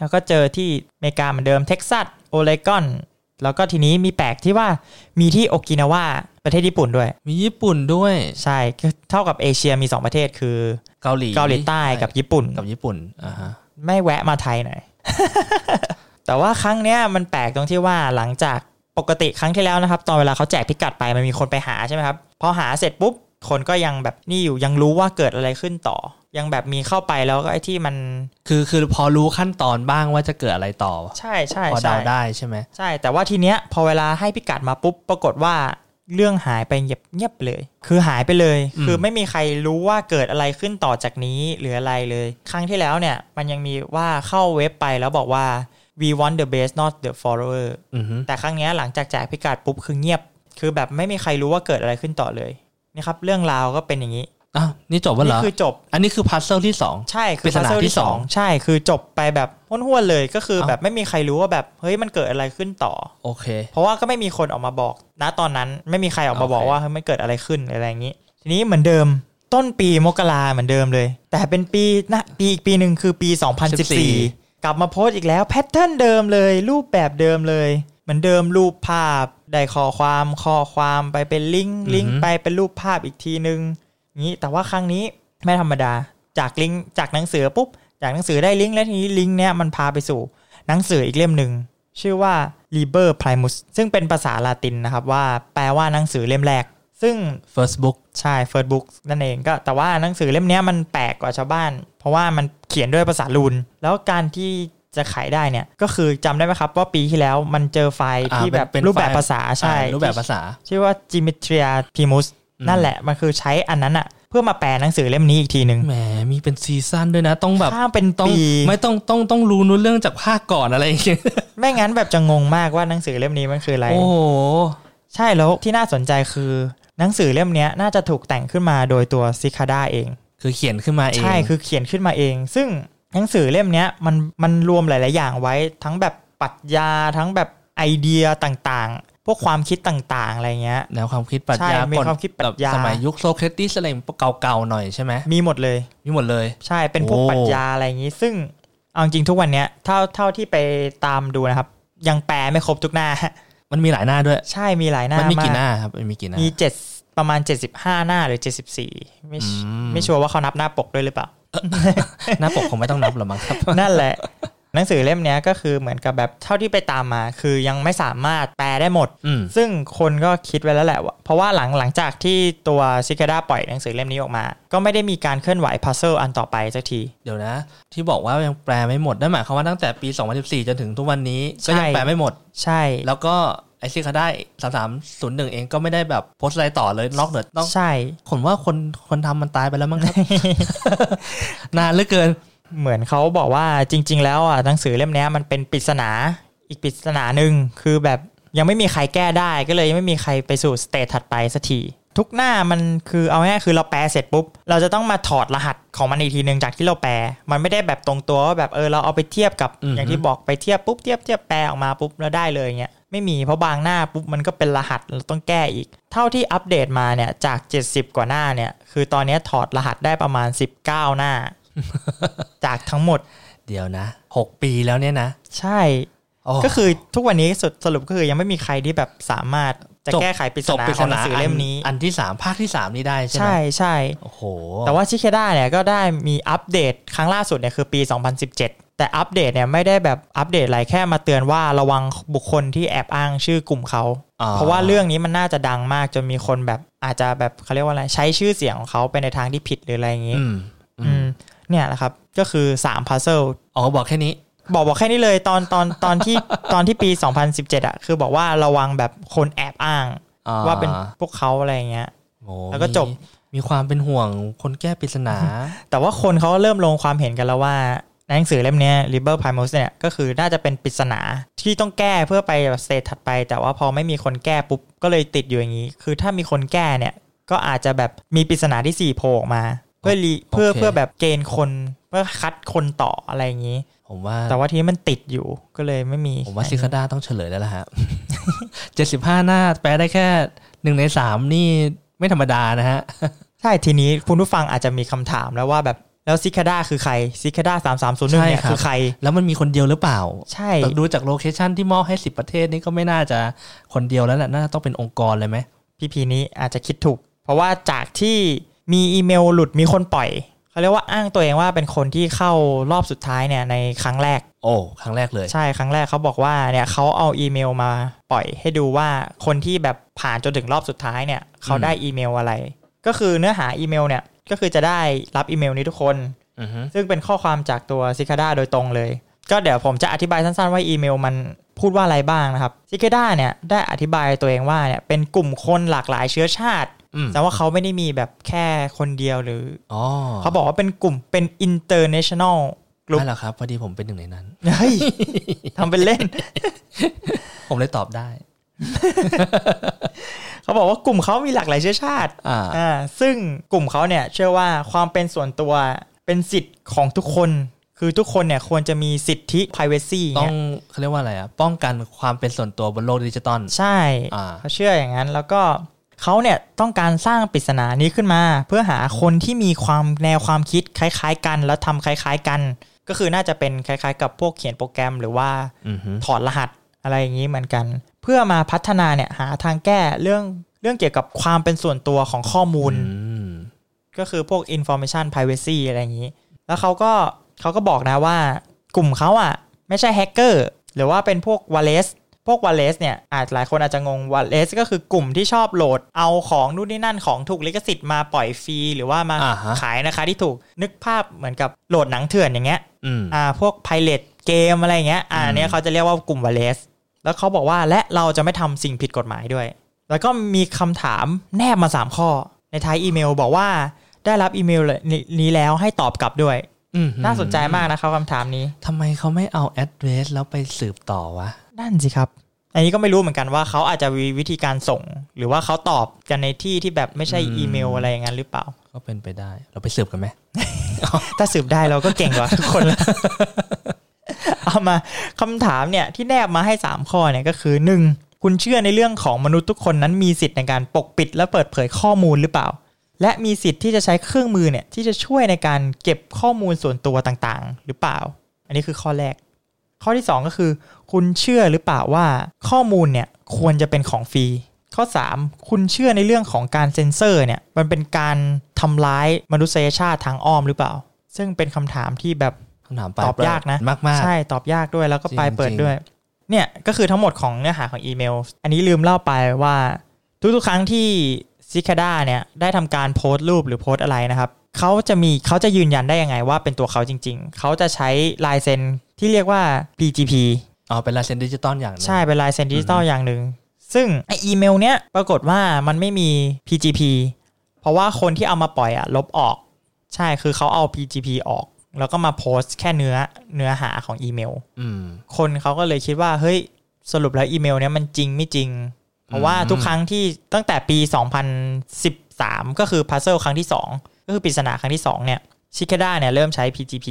แล้วก็เจอที่อเมริกาเหมือนเดิมเท็กซัสโอเรกอน แล้วก็ทีนี้มีแปลกที่ว่ามีที่โอกินาวาประเทศญี่ปุ่นด้วย
มีญี่ปุ่นด้วย
ใช่คือเท่ากับเอเชียมี 2 ประเทศคือ
เกาหลี
เกาหลีใต้กับญี่ปุ่น
กับญี่ปุ่นอ่าฮะ
ไม่แวะมาไทย หน่อย แต่ว่าครั้งเนี้ยมันแปลกตรงที่ว่าหลังจากปกติครั้งที่แล้วนะครับ ตอนเวลาเขาแจกพิกัดไปมันมีคนไปหาใช่ไหมครับ พอหาเสร็จปุ๊บ คนก็ยังแบบนี่อยู่ยังรู้ว่าเกิดอะไรขึ้นต่อ ยังแบบมีเข้าไปแล้วก็ไอ้ที่มัน
คือคือพอรู้ขั้นตอนบ้างว่าจะเกิดอะไรต่อ
ใช่ใช่
พอ
ใช่
เดาได้ใช่ไหม
ใช่ แต่ว่าทีเนี้ยพอเวลาให้พิกัดมาปุ๊บ ปรากฏว่าเรื่องหายไปเงียบเงียบเลย คือหายไปเลย คือไม่มีใครรู้ว่าเกิดอะไรขึ้นต่อจากนี้หรืออะไรเลย ครั้งที่แล้วเนี่ยมันยังมีว่าเข้าเว็บไปแล้วบอกว่า we want the best not the follower
อือฮึ
แต่ครั้งเนี้ยหลังจากแจกพิกัดปุ๊บคือเงียบ คือแบบไม่มีใครรู้ว่าเกิดอะไรขึ้นต่อเลยนี่ครับเรื่องราวก็เป็นอย่างนี้
อ้าวนี่จบแล้วเหร
นี่
อ
คือจบ
อันนี้คือพ u z เ l e ที่สอง
ใช่คือ
ปริศนา
puzzle
ที่สอง
ใช่คือจบไปแบบห้วนๆเลยก็คือ
เอ้า
แบบไม่มีใครรู้ว่าแบบเฮ้ยมันเกิดอะไรขึ้นต่อ
โอเค
เพราะว่าก็ไม่มีคนออกมาบอกนะตอนนั้นไม่มีใครออกมา
โอเค
บอกว่าเฮ้ยมันเกิดอะไรขึ้นหรืออะไรอย่างนี้ ทีนี้เหมือนเดิมต้นปีมกราเหมือนเดิมเลย แต่เป็นปีนะปีอีกปีหนึ่งคือปี 2014 กลับมาโพสต์อีกแล้วแพทเทิร์นเดิมเลย รูปแบบเดิมเลย เหมือนเดิมรูปภาพได้ข้อความข้อความไปเป็นลิงก์ลิงก์ไปเป็นรูปภาพอีกทีนึงนี้แต่ว่าครั้งนี้ไม่ธรรมดาจากลิงก์จากหนังสือปุ๊บจากหนังสือได้ลิงก์แล้วทีนี้ลิงก์เนี้ยมันพาไปสู่ หนังสืออีกเล่มหนึ่ง ชื่อว่า Liber Primus ซึ่งเป็นภาษาลาตินนะครับว่าแปลว่าหนังสือเล่มแรก ซึ่ง
first book
ใช่ First Book นั่นเองก็แต่ว่าหนังสือเล่มเนี้ยมันแปลกกว่าชาวบ้าน เพราะว่ามันเขียนด้วยภาษาลูน แล้วการที่จะขายได้เนี่ย ก็คือจำได้ไหมครับว่าปีที่แล้วมันเจอไฟล์
อ่า
ที่แบบ
เป็นเป็น
รูปแบบ
ไฟล์
ภาษาใช่
อ่ารูปแบบภาษา
ชื่อว่า Geometria Primus
อืม
นั่นแหละมันคือใช้อันนั้นอะเพื่อมาแปลหนังสือเล่มนี้อีกทีหนึ่ง
แหมมีเป็นซีซั่นด้วยนะ ต้องแบบ
ข้ามเป็น
ต้อง
ปี
ไม่ต้องต้องต้องรู้นู้นเรื่องจากภาคก่อนอะไรอย่างเงี้ย
ไม่งั้นแบบจะงงมากว่าหนังสือเล่มนี้มันคืออะไร
โอ้โห
ใช่แล้วที่น่าสนใจคือหนังสือเล่มเนี้ยน่าจะถูกแต่งขึ้นมาโดยตัวซิคาด้าเอง
คือเขียนขึ้นมาเอง
ใช่คือเขียนขึ้นมาเอง ซึ่งหนังสือเล่มเนี้ยมันมันรวมหลาย ๆ อย่างไว้ ทั้งแบบปรัชญาทั้งแบบไอเดียต่างๆ พวกความคิดต่าง ๆ อะไรเงี้ย
แนวความคิดปรัชญา
ใช่มีความคิดปรัชญา
แบบสมัยยุคโซเครติสอะไรเก่าๆหน่อยใช่ไหม
มีหมดเลย
มีหมดเลย
ใช่เป็นพวก
โอ้
ปรัชญาอะไรอย่างนี้ ซึ่งเอาจริงๆทุกวันเนี้ยเท่าเท่าที่ไปตามดูนะครับ ยังแปลไม่ครบทุกหน้า
มันมีหลายหน้าด้วย
ใช่มีหลายหน้า
มันมี
มา
กี่ห
ก
น้าครับมันมีกี่หน้า
มีเจ็ดประมาณ 75 หน้าหรือ 74 ไม่ชัวร์
อืม
ไม่ชัวร์ว่าเขานับหน้าปกด้วยหรือเปล่า
หน้าปกคงไม่ต้องนับหรอกมั้งครับ
นั่นแหละ หนังสือเล่มเนี้ยก็คือเหมือนกับแบบเท่าที่ไปตามมา คือยังไม่สามารถแปลได้หมด
อืม
ซึ่งคนก็คิดไว้แล้วแหละว่าเพราะว่าหลังหลังจากที่ตัวซิกาดาปล่อยหนังสือเล่มนี้ออกมา ก็ไม่ได้มีการเคลื่อนไหวพัซเซิลอันต่อไปสักที
เดี๋ยวนะ ที่บอกว่ายังแปลไม่หมดนั่นหมายความว่าตั้งแต่ปี 2014 จนถึงทุกวันนี้ ก็ยัง
ใช่
แปลไม่หมด
ใช่
แล้วก็ไอซิคาได้สามสามศูนย์หนึ่งเองก็ไม่ได้แบบโพสต์อะไรต่อเลยนอกเหนือต้อง
ใช่
ผมว่าคนคนทำมันตายไปแล้วมั้งครับ นานเหลือเกิน
เหมือนเขาบอกว่าจริง ๆ แล้วอ่ะหนังสือเล่มเนี้ยมันเป็นปริศนาอีกปริศนาหนึ่งคือแบบยังไม่มีใครแก้ได้ก็เลยยังไม่มีใครไปสู่สเตจถัดไปสักทีทุกหน้ามันคือเอาง่ายๆคือเราแปลเสร็จปุ๊บ เราจะต้องมาถอดรหัสของมันอีกทีหนึ่งจากที่เราแปล มันไม่ได้แบบตรงตัวว่าแบบเออเราเอาไปเทียบกับ
อือฮึ
อย่างที่บอกไปเทียบปุ๊บเทียบเทียบแปลออกมาปุ๊บแล้วได้เลยเงี้ยไม่มีเพราะบางหน้าปุ๊บมันก็เป็นรหัสเราต้องแก้อีก เท่าที่อัปเดตมาเนี่ยจาก 70 กว่าหน้าเนี่ยคือตอนเนี้ยถอดรหัสได้ประมาณ 19 หน้า จากทั้งหมด
เดี๋ยวนะหกปีแล้วเนี่ยนะ
ใช่
โอ้
ก็คือทุกวันนี้สรุปสรุปก็คือยังไม่มีใครที่แบบสามารถจะ
จบ
แก้ไขปริศ
จบ
นา
ปริ
ข
ศ
องหนั
นาง
สือเล่มนี้
อันที่สามภาคที่สามนี้ได้ใช่ไหม
ใช่ใช่
โอ้โห
แต่ว่าชิเคด้าเนี่ยก็ได้มีอัปเดตครั้งล่าสุดเนี่ยคือปี 2017 แต่อัปเดตเนี่ยไม่ได้แบบอัปเดตอะไรแค่มาเตือนว่าระวังบุคคลที่แอบอ้างชื่อกลุ่มเขา
อ่
เพราะว่าเรื่องนี้มันน่าจะดังมากจนมีคนแบบอาจจะแบบเขาเรียกว่าอะไรใช้ชื่อเสียงของเขาไปในทางที่ผิดหรืออะไรอย่างนี้
อืมอื
อื
ม
มเนี่ยแหละครับก็คือ3พัซเซิล
อ๋อบอกแค่นี้
บอกบอกแค่นี้เลยตอนตอนตอนที่ ตอนที่ปี 2017 อ่ะ คือบอกว่าระวังแบบคนแอบอ้าง
อ่า
ว่าเป็นพวกเขาอะไรอย่างเงี้ย
โอ้
แล้วก็จบ
มีมีความเป็นห่วงคนแก้ปริศนา
แต่ว่าคนเขาก็เริ่มลงความเห็นกันแล้วว่าในหนังสือเล่มเนี้ย r i b e r Primus เนี่ย ก็คือน่าจะเป็นปริศนาที่ต้องแก้เพื่อไปแบบสเตจถัดไป แต่ว่าพอไม่มีคนแก้ปุ๊บ ก็เลยติดอยู่อย่างนี้ คือถ้ามีคนแก้เนี่ย ก็อาจจะแบบมีปริศนาที่สี่โผล่ออกมา เพื่อรีเพื่อ
โอเค
เพื่อแบบเกณฑ์คนเพื่อคัดคนต่ออะไรอย่างนี้
ผมว่า
แต่ว่าทีนี้มันติดอยู่ก็เลยไม่มี
ผมว่าซิคาด้าต้องเฉลยแล้วล่ะฮ ะ เจ็ดสิบห้าหน้าแปลได้แค่หนึ่งในสามนี่ไม่ธรรมดานะฮะ
ใช่ทีนี้คุณผู้ฟังอาจจะมีคำถามแล้วว่าแบบแล้วซิคาด้าคือใครซิคาด้าสามสามศูนย์หนึ่ง
ใช่
เนี่ย
ครับ
คือใคร
แล้วมันมีคนเดียวหรือเปล่า
ใช่
แต่ดูจากโลเคชันที่มอบให้สิบประเทศนี่ก็ไม่น่าจะคนเดียวแล้วแหละน่าจะต้องเป็นองค์กรเลยไหม
พีพีนี้อาจจะคิดถูก เพราะว่าจากที่มีอีเมลหลุดมีคนปล่อย เขาเรียกว่าอ้างตัวเองว่าเป็นคนที่เข้ารอบสุดท้ายเนี่ยในครั้งแรก
โอ้ ครั้งแรกเลย
ใช่ครั้งแรกเขาบอกว่าเนี่ยเขาเอาอีเมลมาปล่อยให้ดูว่าคนที่แบบผ่านจนถึงรอบสุดท้ายเนี่ยเขาได้อีเมลอะไร ก็คือเนื้อหาอีเมลเนี่ยก็คือจะได้รับอีเมลนี้ทุกคน
อือฮึ
ซึ่งเป็นข้อความจากตัวซิคาด้าโดยตรงเลย ก็เดี๋ยวผมจะอธิบายสั้นๆ ว่าอีเมลมันพูดว่าอะไรบ้างนะครับซิคาด้าเนี่ยได้อธิบายตัวเองว่าเนี่ยเป็นกลุ่มคนหลากหลายเชื้อชาติ
อืม
แต่ว่าเขาไม่ได้มีแบบแค่คนเดียวหรือ
อ๋อ
เขาบอกว่าเป็นกลุ่มเป็น international กลุ่ม
นั่นแหละครับ พอดีผมเป็นหนึ่งในนั้น
เฮ้ยทำเป็นเล่น
ผมเลยตอบได้
เขาบอกว่ากลุ่มเขามีหลากหลายเชื้อชาติ
อ่า
อ่าซึ่งกลุ่มเขาเนี่ยเชื่อว่าความเป็นส่วนตัวเป็นสิทธิ์ของทุกคน คือทุกคนเนี่ยควรจะมีสิทธิ privacy
ต้อ
เนี่ย
งเขาเรียกว่าอะไรอ่ะ ป้องกันความเป็นส่วนตัวบนโลกดิจิตอล
ใช่
อ่า
เขาเชื่ออย่างนั้นแล้วก็เขาเนี่ยต้องการสร้างปริศนานี้ขึ้นมา เพื่อหาคนที่มีความแนวความคิดคล้ายๆกัน แล้วทำคล้ายๆกัน ก็คือน่าจะเป็นคล้ายๆ กับพวกเขียนโปรแกรมหรือว่า
อือฮึ
ถอดรหัสอะไรอย่างนี้เหมือนกัน เพื่อมาพัฒนาเนี่ยหาทางแก้เรื่องเรื่องเกี่ยวกับความเป็นส่วนตัวของข้อมูล
อืม
ก็คือพวก information privacy อะไรอย่างนี้ แล้วเขาก็เขาก็บอกนะว่ากลุ่มเขาอ่ะ ไม่ใช่แฮกเกอร์หรือว่าเป็นพวกวอลเล e พวกวอลเล e เนี่ยอาจหลายคนอาจจะงงวอลเล e ก็คือกลุ่มที่ชอบโหลดเอาของนู่นนี่นั่นของถูกลิขสิทธิ์มาปล่อยฟรี หรือว่ามา
อ่าฮะ
ขายนะคะที่ถูกนึกภาพเหมือนกับโหลดหนังเถื่อนอย่างเงี้ย
อืม
อ่าพวก Pilot เกมอะไรอย่างเงี้ยอ่า
อืม
เนี้ยเขาจะเรียกว่ากลุ่มว a เลสแล้วเขาบอกว่าและเราจะไม่ทำสิ่งผิดกฎหมายด้วย แล้วก็มีคำถามแนบมา 3 ข้อ ในท้ายอีเมลบอกว่าได้รับอีเมลนี้นี้แล้วให้ตอบกลับด้วย
อืม
น่าสนใจมากนะครับคำถามนี้
ทำไมเขาไม่เอาแอดเ e s s แล้วไปสืบต่อวะ
นั่นสิครับ อันนี้ก็ไม่รู้เหมือนกันว่าเขาอาจจะมีวิธีการส่ง หรือว่าเขาตอบกันในที่ที่แบบไม่ใช่
อืม
อีเมลอะไรอย่างนั้นหรือเปล่า
ก็เป็นไปได้ เราไปสืบกันไหม
ถ้าสืบได้เราก็เก่งกว่าทุ กคนละ เอามาคำถามเนี่ยที่แนบมาให้ 3 ข้อเนี่ยก็คือหนึ่งคุณเชื่อในเรื่องของมนุษย์ทุกคนนั้นมีสิทธิ์ในการปกปิดและเปิดเผยข้อมูลหรือเปล่า และมีสิทธิ์ที่จะใช้เครื่องมือเนี่ยที่จะช่วยในการเก็บข้อมูลส่วนตัวต่างๆ หรือเปล่า อันนี้คือข้อแรก ข้อที่ 2 ก็คือ คุณเชื่อหรือเปล่าว่าข้อมูลเนี่ยควรจะเป็นของฟรี ข้อ 3 คุณเชื่อในเรื่องของการเซ็นเซอร์เนี่ยมันเป็นการทำร้ายมนุษยชาติทางอ้อมหรือเปล่า ซึ่งเป็นคำถามที่แบบ
คำถามปล
ตอบยากนะ
มากมาก
ใช่ตอบยากด้วยแล้วก็ปลายเปิด
จริงๆ
ด้วย เนี่ยก็คือทั้งหมดของเนื้อหาของอีเมล อันนี้ลืมเล่าไปว่าทุกๆครั้งที่ซิคาด้าเนี่ยได้ทำการโพสต์รูปหรือโพสต์อะไรนะครับเขาจะมีเขาจะยืนยันได้ยังไงว่าเป็นตัวเขาจริง ๆ เขาจะใช้ลายเซ็นที่เรียกว่า PGP
อ๋อเป็นลายเซ็นดิจิตอลอย่างหนึง
ใช่เป็นลายเซ็นดิจิตอลอย่างหนึ่ง ซึ่งไออีเมลเนี้ยปรากฏว่ามันไม่มี PGP เพราะว่าคนที่เอามาปล่อยอะลบออก ใช่คือเขาเอา PGP ออก แล้วก็มาโพสต์แค่เนื้อเนื้อหาของอีเมล
อืม
คนเขาก็เลยคิดว่าเฮ้ยสรุปแล้วอีเมลเนี้ยมันจริงไม่จริง เพราะว่า
อืม
ทุกครั้งที่ตั้งแต่ปี 2013 ก็คือพัซเซิลครั้งที่ 2 ก็คือปริศนาครั้งที่ 2 เนี่ยชิคาด้าเนี่ยเริ่มใช้ PGP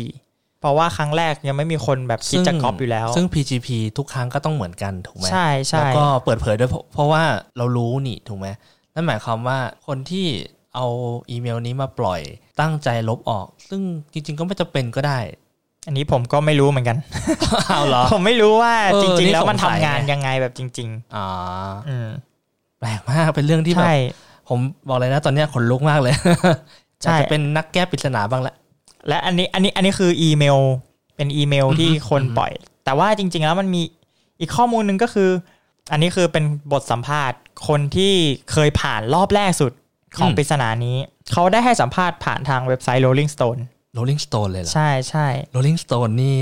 เพราะว่าครั้งแรกยังไม่มีคนแบบคิดจะ
ซึ่ง
ก๊อปอยู่แล้ว
ซึ่ง PGP ทุกครั้งก็ต้องเหมือนกันถูกไหม
ใช่ใช่
แล้วก็เปิดเผยด้วยเพราะเพราะว่าเรารู้นี่ถูกไหมนั่นหมายความว่าคนที่เอาอีเมลนี้มาปล่อยตั้งใจลบออก ซึ่งจริง ๆ ก็ไม่จำเป็นก็ได้
อันนี้ผมก็ไม่รู้เหมือนกัน
เอาเหรอ
ผมไม่รู้ว่า
เออ
จริงๆ
นี่
แล้วมัน
ส
ทำ
งสัย
งาน
ไง
ยังไงแบบจริง
อ่า
ๆ อืม
แปลกมากเป็นเรื่องที่แบบ
ใช่
ผมบอกเลยนะตอนเนี้ยขนลุกมากเลย
ใช่
อยากจะเป็นนักแก้ปริศนาบ้างละ
และอันนี้อันนี้อันนี้คืออีเมล เป็นอีเมลที่คนปล่อย แต่ว่าจริง ๆ แล้วมันมีอีกข้อมูลหนึ่งก็คือ อันนี้คือเป็นบทสัมภาษณ์ คนที่เคยผ่านรอบแรกสุดของ
อืม
ปริศนานี้ เขาได้ให้สัมภาษณ์ผ่านทางเว็บไซต์ Rolling Stone
Rolling Stone เลยเหรอ
ใช่ใช่
Rolling Stone นี่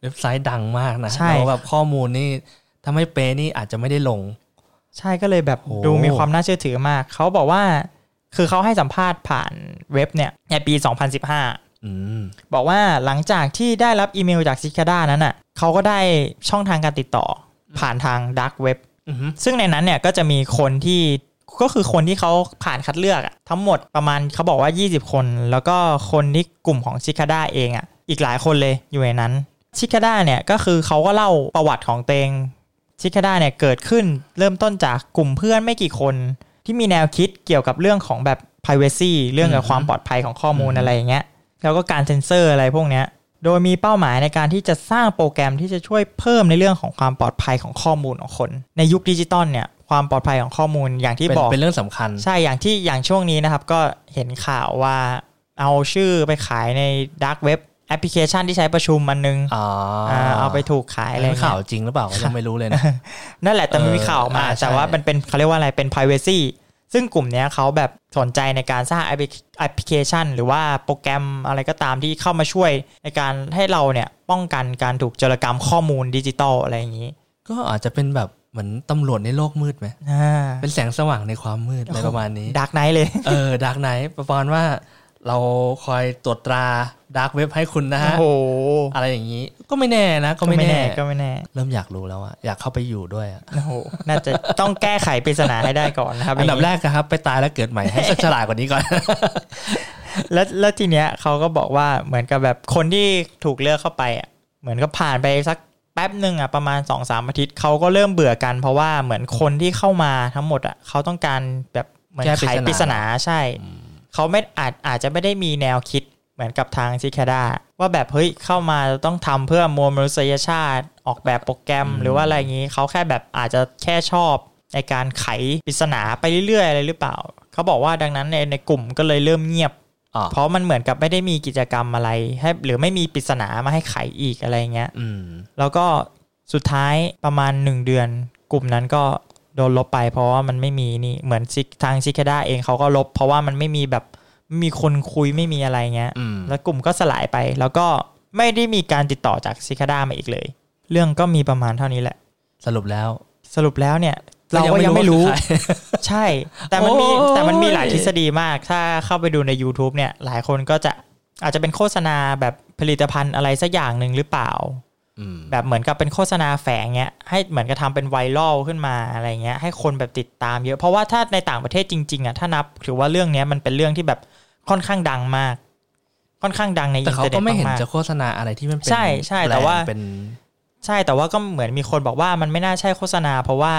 เว็บไซต์ดังมากนะ
ใช่
แล้วแบบข้อมูลนี่ถ้าไม่เป๊ะนี่อาจจะไม่ได้ลง
ใช่ก็เลยแบบ
โอ้
ดูมีความน่าเชื่อถือมาก เขาบอกว่าคือเขาให้สัมภาษณ์ผ่านเว็บเนี่ยในปี 2015
อืม
บอกว่าหลังจากที่ได้รับอีเมลจากซิคาด้านั้นน่ะเขาก็ได้ช่องทางการติดต่อผ่านทางดักเว็บ
อือฮึ
ซึ่งในนั้นเนี่ยก็จะมีคนที่ก็คือคนที่เขาผ่านคัดเลือกอะทั้งหมดประมาณเขาบอกว่า 20 คน แล้วก็คนที่กลุ่มของซิคาด้าเองอ่ะอีกหลายคนเลยอยู่ในนั้นซิคาด้าเนี่ยก็คือเขาก็เล่าประวัติของเตงซิคาด้าเนี่ยเกิดขึ้นเริ่มต้นจากกลุ่มเพื่อนไม่กี่คน ที่มีแนวคิดเกี่ยวกับเรื่องของแบบ p r i v a c y เรื่องกับความปลอดภัยของข้อมูล
อืม
อะไรอย่างเงี้ย แล้วก็การเซ็นเซอร์อะไรพวกเนี้ย โดยมีเป้าหมายในการที่จะสร้างโปรแกรมที่จะช่วยเพิ่มในเรื่องของความปลอดภัยของข้อมูลของคน ในยุคดิจิตอลเนี่ย ความปลอดภัยของข้อมูลอย่างที่
เป็น
บอก
เป็นเรื่องสำคัญ
ใช่ อย่างที่อย่างช่วงนี้นะครับ ก็เห็นข่าวว่าเอาชื่อไปขายในดักเว็บแอปพลิเคชันที่ใช้ประชุมมันนึง
อ๋อา
เอาไปถูกขายอะไร
เป็
เงี้
น
ย
ข่าวจริงหรือเปล่าก็ยังไม่รู้เลยนะ
นั่นแหละแต่มัน
เออ
มีข่าวออกมา
อ่าใช่
แต่ว่ามันเป็นเขาเรียกว่าอะไรเป็น p r i v a c y ซึ่งกลุ่มเนี้ยเขาแบบสนใจในการสร้างแอปพลิแอปพลิเคชัน หรือว่าโปรแกรมอะไรก็ตามที่เข้ามาช่วยในการให้เราเนี่ยป้องกันการถูกโจรกรรมข้อมูลดิจิตอลอะไรอย่างนี้
ก็อาจจะเป็นแบบเหมือนตำรวจในโลกมืดไหม
อ่า
เป็นแสงสว่างในความมืดอะไรประมาณนี้
ดักไนท์เลย
เออดักไนประมาณว่าเราคอยตรวจตราดักเว็บให้คุณนะ
โอ้
ฮะ
โห
อะไรอย่างนี้ ก็ไม่แน่นะ ก็ไม่แน่
ก็ไม่แน่
เริ่มอยากรู้แล้วอะอยากเข้าไปอยู่ด้วยอะ
โอ้โหน่าจะต้องแก้ไขปริศนาให้ได้ก่อนนะครับ
อันดับ
ย่าง
แรกอะครับ ไปตายแล้วเกิดใหม่ให้สักฉลาดกว่านี้ก่อน
แล้วแล้วทีเนี้ยเขาก็บอกว่าเหมือนกับแบบคนที่ถูกเลือกเข้าไปอ่ะเหมือนกับผ่านไปสัก แป๊บหนึ่งอ่ะประมาณ2อสามอาทิตย์เขาก็เริ่มเบื่อกัน เพราะว่าเหมือนคนที่เข้ามาทั้งหมดอ่ะเขาต้องการแบบเหมือน
แก้ปริ
ไข
ศนา
ปริศนาใช่เขาไม่อาจอาจจะไม่ได้มีแนวคิดเหมือนกับทางซิคาดาว่าแบบเฮ้ยเข้ามาต้องทำเพื่อมวลมนุษยชาติออกแบบโปรแกรมหรือว่าอะไรอย่างนี้เขาแค่แบบอาจจะแค่ชอบในการไขปริศนาไปเรื่อยๆอะไรหรือเปล่าเขาบอกว่าดังนั้นในในกลุ่มก็เลยเริ่มเงียบ
อ๋อ
เพราะมันเหมือนกับไม่ได้มีกิจกรรมอะไรให้หรือไม่มีปริศนามาให้ไขอีกอะไรอย่างเงี้ย
อืม
แล้วก็สุดท้ายประมาณ 1 เดือน กลุ่มนั้นก็โดนลบไป เพราะว่ามันไม่มีนี่เหมือนซิทางซิคาด้าเองเขาก็ลบ เพราะว่ามันไม่มีแบบไม่มีคนคุยไม่มีอะไรเงี้ย
อืม
แล้วกลุ่มก็สลายไป แล้วก็ไม่ได้มีการติดต่อจากซิคาด้ามาอีกเลย เรื่องก็มีประมาณเท่านี้แหละ
สรุปแล้ว
สรุปแล้วเนี่ย เราก็ยังไม่รู้
ว่าคือใค
ใช่ แต่มันมี
โอ้ย
แต่มันมีหลายทฤษฎีมาก ถ้าเข้าไปดูใน YouTube เนี่ย หลายคนก็จะอาจจะเป็นโฆษณาแบบผลิตภัณฑ์อะไรสักอย่างหนึ่งหรือเปล่า
อืม
แบบเหมือนกับเป็นโฆษณาแฝงเงี้ยให้เหมือนกับทำเป็นไวรัลขึ้นมาอะไรเงี้ยให้คนแบบติดตามเยอะ เพราะว่าถ้าในต่างประเทศจริงๆอ่ะถ้านับถือว่าเรื่องเนี้ยมันเป็นเรื่องที่แบบค่อนข้างดังมาก ค่อนข้างดังใน
แต่
อิน
เขา
เทอร์เน็
ก็
ต
ไม่เห็น
มาก
จะโฆษณาอะไรที่มันเป็น
ใช่ใช่แต่ว่า
บรนด์เป็น
ๆใช่แต่ว่าก็เหมือนมีคนบอกว่ามันไม่น่าใช่โฆษณา เพราะว่า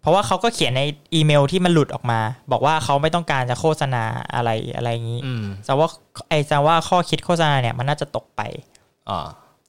เพราะว่าเขาก็เขียนในอีเมลที่มันหลุดออกมา บอกว่าเขาไม่ต้องการจะโฆษณาอะไรอะไรอย่างนี้
อืม
แต่ว่าไอ้แต่ว่าข้อคิดโฆษณาเนี่ยมันน่าจะตกไป
อ๋อ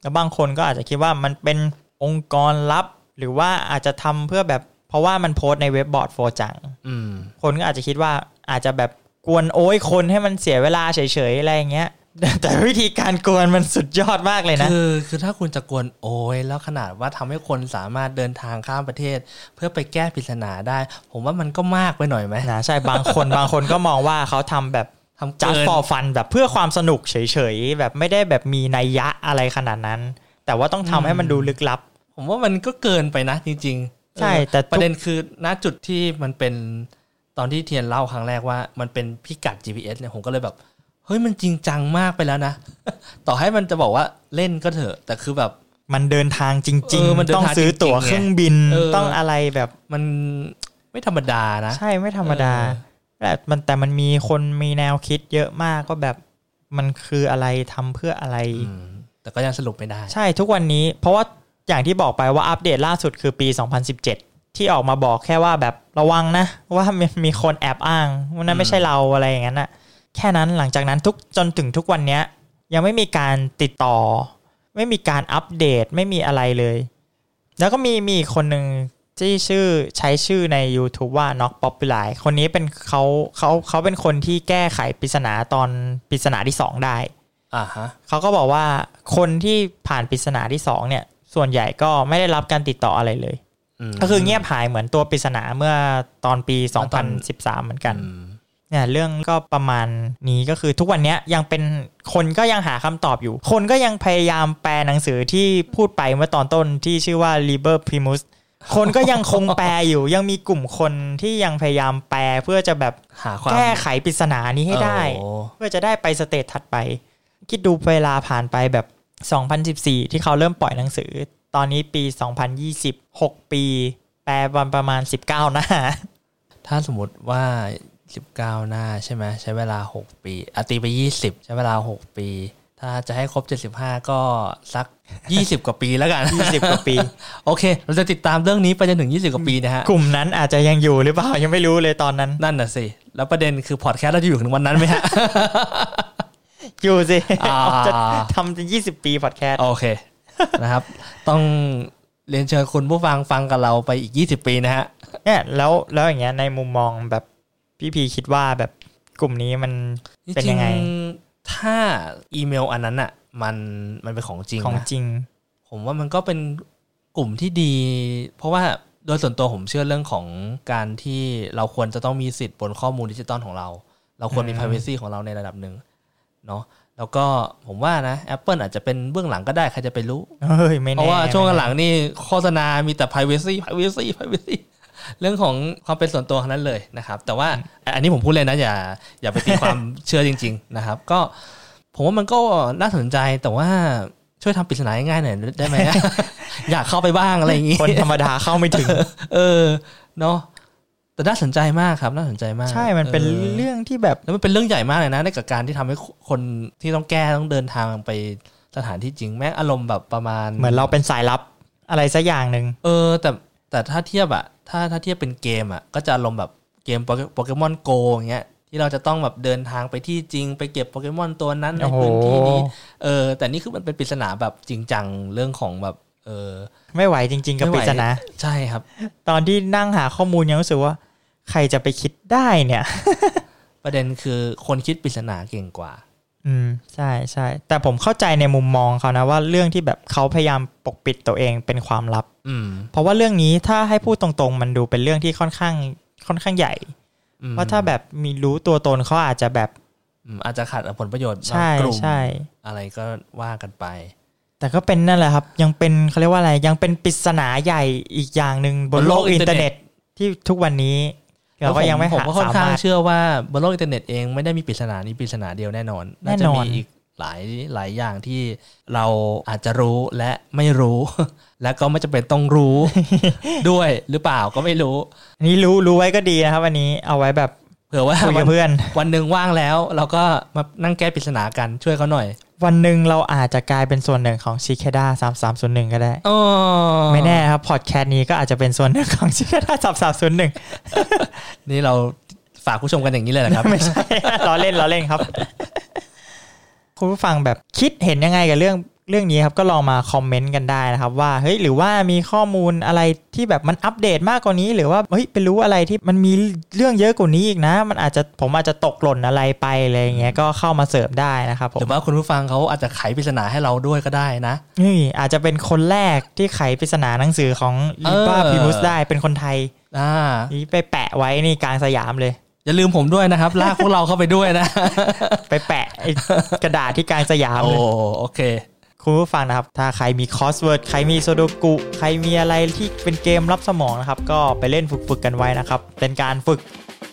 แล้วบางคนก็อาจจะคิดว่ามันเป็นองค์กรลับ หรือว่าอาจจะทำเพื่อแบบเพราะว่ามันโพสต์ในเว็บบอร์ดโฟจัง
อืม
คนก็อาจจะคิดว่าอาจจะแบบกวนโอ้ยคนให้มันเสียเวลาเฉยๆอะไรอย่างเงี้ย แต่วิธีการกวนมันสุดยอดมากเลยนะ
คือคือถ้าคุณจะกวนโอ้ยแล้วขนาดว่าทำให้คนสามารถเดินทางข้ามประเทศ เพื่อไปแก้ปริศนาได้ ผมว่ามันก็มากไปหน่อยไหม
นะใช่บางคน บางคนก็มองว่าเขาทำแบบ
ทำ
จัด
เกิน
ฟอร์ฟันแบบเพื่อความสนุกเฉยๆ แบบไม่ได้แบบมีนัยยะอะไรขนาดนั้น แต่ว่าต้องทำให้มันดูลึกลับ
ผมว่ามันก็เกินไปนะจริงๆ
ใช่
เออ
แต่ทุก
ประเด็นคือณจุดที่มันเป็นตอนที่เทียนเล่าครั้งแรกว่ามันเป็นพิกัด GPS เนี่ยผมก็เลยแบบ เฮ้ยมันจริงจังมากไปแล้วนะ ต่อให้มันจะบอกว่าเล่นก็เถอะ แต่คือแบบ
มันเดินทางจริง
เออมัน
ๆ
เดิน
ต้อง
ทาง
ซื้อตั๋ว
จริงๆ
เครื่องบิน
เออ
ต้องอะไรแบบ
มันไม่ธรรมดานะ
ใช่ไม่ธรรมดา
เออ
แต่มันแต่มันมีคนมีแนวคิดเยอะมากก็แบบมันคืออะไรทำเพื่ออะไร
อืมแต่ก็ยังสรุปไม่ได้
ใช่ทุกวันนี้ เพราะว่าอย่างที่บอกไปว่าอัปเดตล่าสุดคือปี 2017 ที่ออกมาบอกแค่ว่าแบบระวังนะ ว่ามีมีคนแอบอ้างว่านั่นไม่ใช่เราอะไรอย่างนั้นน่ะแค่นั้นหลังจากนั้นทุกจนถึงทุกวันเนี้ยยังไม่มีการติดต่อ ไม่มีการอัปเดตไม่มีอะไรเลย แล้วก็มีมีอีกคนหนึ่งที่ชื่อใช้ชื่อใน YouTube ว่า Knock Popular คนนี้เป็นเขาเขาเขาเป็นคนที่แก้ไขปริศนาตอนปริศนาที่สองได้
อ่าฮะ
เขาก็บอกว่าคนที่ผ่านปริศนาที่สองเนี่ย ส่วนใหญ่ก็ไม่ได้รับการติดต่ออะไรเลย
ม
ก็คือเงียบหายเหมือนตัวปริศนาเมื่อตอนปี
ตอน
2013 เหมือนกัน
อืม
เนี่ยเรื่องก็ประมาณนี้ก็คือทุกวันเนี้ยยังเป็นคนก็ยังหาคำตอบอยู่ คนก็ยังพยายามแปลหนังสือที่พูดไปเมื่อตอนต้นที่ชื่อว่า Liber Primus คนก็ยังคงแปลอยู่ ยังมีกลุ่มคนที่ยังพยายามแปลเพื่อจะแบบ
หาความ
แก้ไขปริศนานี้ให้ได้
โอ้
เพื่อจะได้ไปสเตจถัดไป คิดดูเวลาผ่านไปแบบ 2014 ที่เขาเริ่มปล่อยหนังสือ ตอนนี้ปี 2020 6 ปี แปลวันประมาณ 19 หน้า
ถ้าสมมติว่า 19 หน้าใช่ไหมใช้เวลา 6 ปีอะตีไป 20 ใช้เวลา 6 ปี ถ้าจะให้ครบ 75 ก็สัก 20 กว่าปีแล้วกัน
20 กว่าปี
โอเค เราจะติดตามเรื่องนี้ไปจนถึง 20 กว่าปีนะฮะ
กลุ่มนั้นอาจจะยังอยู่หรือเปล่า ยังไม่รู้เลยตอนนั้น
นั่นน่ะสิ แล้วประเด็นคือพอดแคสต์เราจะอยู่ถึงวันนั้นไหมฮะ
อยู่สิ
อ่า
จะทำจน20 ปีพอดแคสต์
โอเค นะครับ ต้องเรียนเชิญคุณผู้ฟังฟังกับเราไปอีก 20 ปีนะฮะ
เนี่ยแล้วแล้วอย่างเงี้ยในมุมมองแบบพี่พีคิดว่าแบบกลุ่มนี้มัน เป็นยังไง
จริๆถ้าอีเมลอันนั้นอ่ะ มันมันเป็นของจริง
ของ
นะ
จริง
ผมว่ามันก็เป็นกลุ่มที่ดี เพราะว่าโดยส่วนตัวผมเชื่อเรื่องของการที่เราควรจะต้องมีสิทธิ์บนข้อมูลดิจิตอลของเรา เราควรมี
อืม
p r i v a c y ของเราในระดับหนึ่งเนาะแล้วก็ผมว่านะ Apple อาจจะเป็นเบื้องหลังก็ได้ใครจะไปรู้
เฮ้ยไม่แน่
เพราะว่าช่วง
ไม่แน่
หลังนี่โฆษณามีแต่ privacy privacy privacy เรื่องของความเป็นส่วนตัวทั้งนั้นเลยนะครับ แต่ว่าอันนี้ผมพูดเลยนะ อย่าอย่าไปตีความ เชื่อจริง ๆ นะครับ ก็ผมว่ามันก็น่าสนใจแต่ว่าช่วยทำปริศนาง่ายๆหน่อยได้ไหม อยากเข้าไปบ้างอะไรอย่างงี้
คนธรรมดาเข้าไม่ ถึง
เออเนาะแต่น่าสนใจมากครับน่าสนใจมาก
ใช่มันเป็นเรื่องที่แบบ
แล้วมันเป็นเรื่องใหญ่มากเลยนะในกับการที่ทำให้คนที่ต้องแก้ต้องเดินทางไปสถานที่จริงแม้อารมณ์แบบประมาณ
เหมือนเราเป็นสายลับอะไรสักอย่างหนึ่ง
เออแต่แต่ถ้าเทียบอะถ้าถ้าเทียบเป็นเกมอะก็จะอารมณ์แบบเกมโปเกมอนโกอย่างเงี้ยที่เราจะต้องแบบเดินทางไปที่จริง ไปเก็บโปเกมอนตัวนั้นใน
โอ้โห
พื้นที่นี้เออแต่นี่คือมันเป็นปริศนาแบบจริงจังเรื่องของแบบเออ
ไม่ไหวจริง ๆ กับป
ไม่ไหว
ริศนา
ใช่ครับ
ตอนที่นั่งหาข้อมูลยังรู้สึกว่า ใครจะไปคิดได้เนี่ย
ประเด็นคือคนคิดปริศนาเก่งกว่า
อืมใช่ใช่แต่ผมเข้าใจในมุมมองเขานะว่าเรื่องที่แบบเขาพยายามปกปิดตัวเองเป็นความลับ
อืม
เพราะว่าเรื่องนี้ถ้าให้พูดตรงๆ มันดูเป็นเรื่องที่ค่อนข้างค่อนข้างใหญ่
อืม
เพราะถ้าแบบมีรู้ตัวตนเขาอาจจะแบบ
อืมอาจจะขัดผลประโยชน์บาง
ใช่
กลุ่ม
ใช่
อะไรก็ว่ากันไป
แต่ก็เป็นนั่นแหละครับ ยังเป็นเขาเรียกว่าอะไรยังเป็นปริศนาใหญ่อีกอย่างหนึ่งบนโลก
บนโลกอิ
อิ
น
น
เท
เทอร์
อร์เน็
เน็
ต
ตที่ทุกวันนี้เราก็ยังไม่
ผม
หา
ก็ค่อน
สา
ข้าง
มารถ
เชื่อว่าบนโลกอินเทอร์เน็ตเองไม่ได้มีปริศนานี้ปริศนาเดียวแน่นอน
แน่
น่าน
อน
จะมีอีกหลายหลายอย่างที่เราอาจจะรู้และไม่รู้ และก็ไม่จำเป็นต้องรู้ ด้วยหรือเปล่าก็ไม่รู้
อันนี้รู้รู้ไว้ก็ดีนะครับวันนี้เอาไว้แบบ
เผื่อว่า
คุย
วั
กับ
น
เพื่อน
วันหนึ่งว่างแล้ว เราก็มานั่งแก้ปริศนากันช่วยเขาหน่อย
วันหนึ่งเราอาจจะกลายเป็นส่วนหนึ่งของชิเคด้าสามสามศูนย์หนึ่งก็ได้
อ๋อ
ไม่แน่ครับพอดแคสต์นี้ก็อาจจะเป็นส่วนหนึ่งของชิเคด้าสามสามศูนย์หนึ่ง
นี่เราฝากผู้ชมกันอย่างนี้เลยนะครับ
ไม่ใช่ล้อเล่นล้อเล่นครับ คุณผู้ฟังแบบคิดเห็นยังไงกับเรื่อง เรื่องนี้ครับก็ลองมาคอมเมนต์กันได้นะครับว่าเฮ้ยหรือว่ามีข้อมูลอะไรที่แบบมันอัปเดตมากกว่านี้ หรือว่าเฮ้ยไปรู้อะไรที่มันมีเรื่องเยอะกว่านี้อีกนะ มันอาจจะผมอาจจะตกหล่นอะไรไปอะไรอย่างเงี้ยก็เข้ามาเสริมได้นะครับผ
หรื
ม
อว่าคุณผู้ฟังเขาอาจจะไขปริศนาให้เราด้วยก็ได้นะ
นี่อาจจะเป็นคนแรกที่ไขปริศนาหนังสือของลิบ้า
เออ
พิมุสได้เป็นคนไทย
อ่า
นี่ไปแปะไว้นี่กลางสยามเลย
อย่าลืมผมด้วย นะครับ ลากพวกเราเข้าไปด้วยนะ
ไปแปะไอ้ กระดาษที่กลางสยาม
โอ้
เลย
โอเค
คุณผู้ฟังนะครับ ถ้าใครมีคอสเวิร์ดใครมีโซโดกุ ใครมีอะไรที่เป็นเกมรับสมองนะครับ ก็ไปเล่นฝึกฝึกกันไว้นะครับ เป็นการฝึก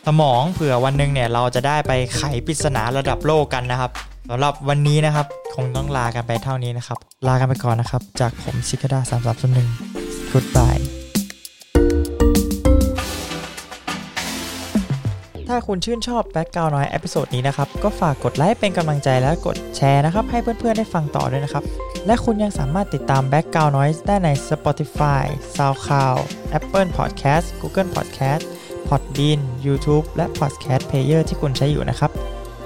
สมองเผื่อวันหนึ่งเนี่ย เราจะได้ไปไขปริศนาระดับโลกกันนะครับสำหรับวันนี้นะครับ คงต้องลากันไปเท่านี้นะครับ ลากันไปก่อนนะครับ จากผมซิกาดาสามสามส่วนหนึ่งกุดบายถ้าคุณชื่นชอบแบ็กกราวน้อยเอพิโซดนี้นะครับ ก็ฝากกดไลค์เป็นกำลังใจและกดแชร์นะครับ ให้เพื่อนๆได้ฟังต่อด้วยนะครับ และคุณยังสามารถติดตาม Background Noise ได้ใน Spotify, SoundCloud, Apple Podcast, Google Podcast, Podbean, YouTube และ Podcast Player ที่คุณใช้อยู่นะครับ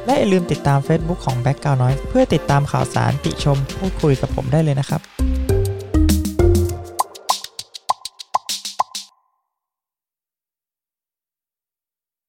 และอย่าลืมติดตาม Facebook ของ Background Noise เพื่อติดตามข่าวสารติชมพูดคุยกับผมได้เลยนะครับ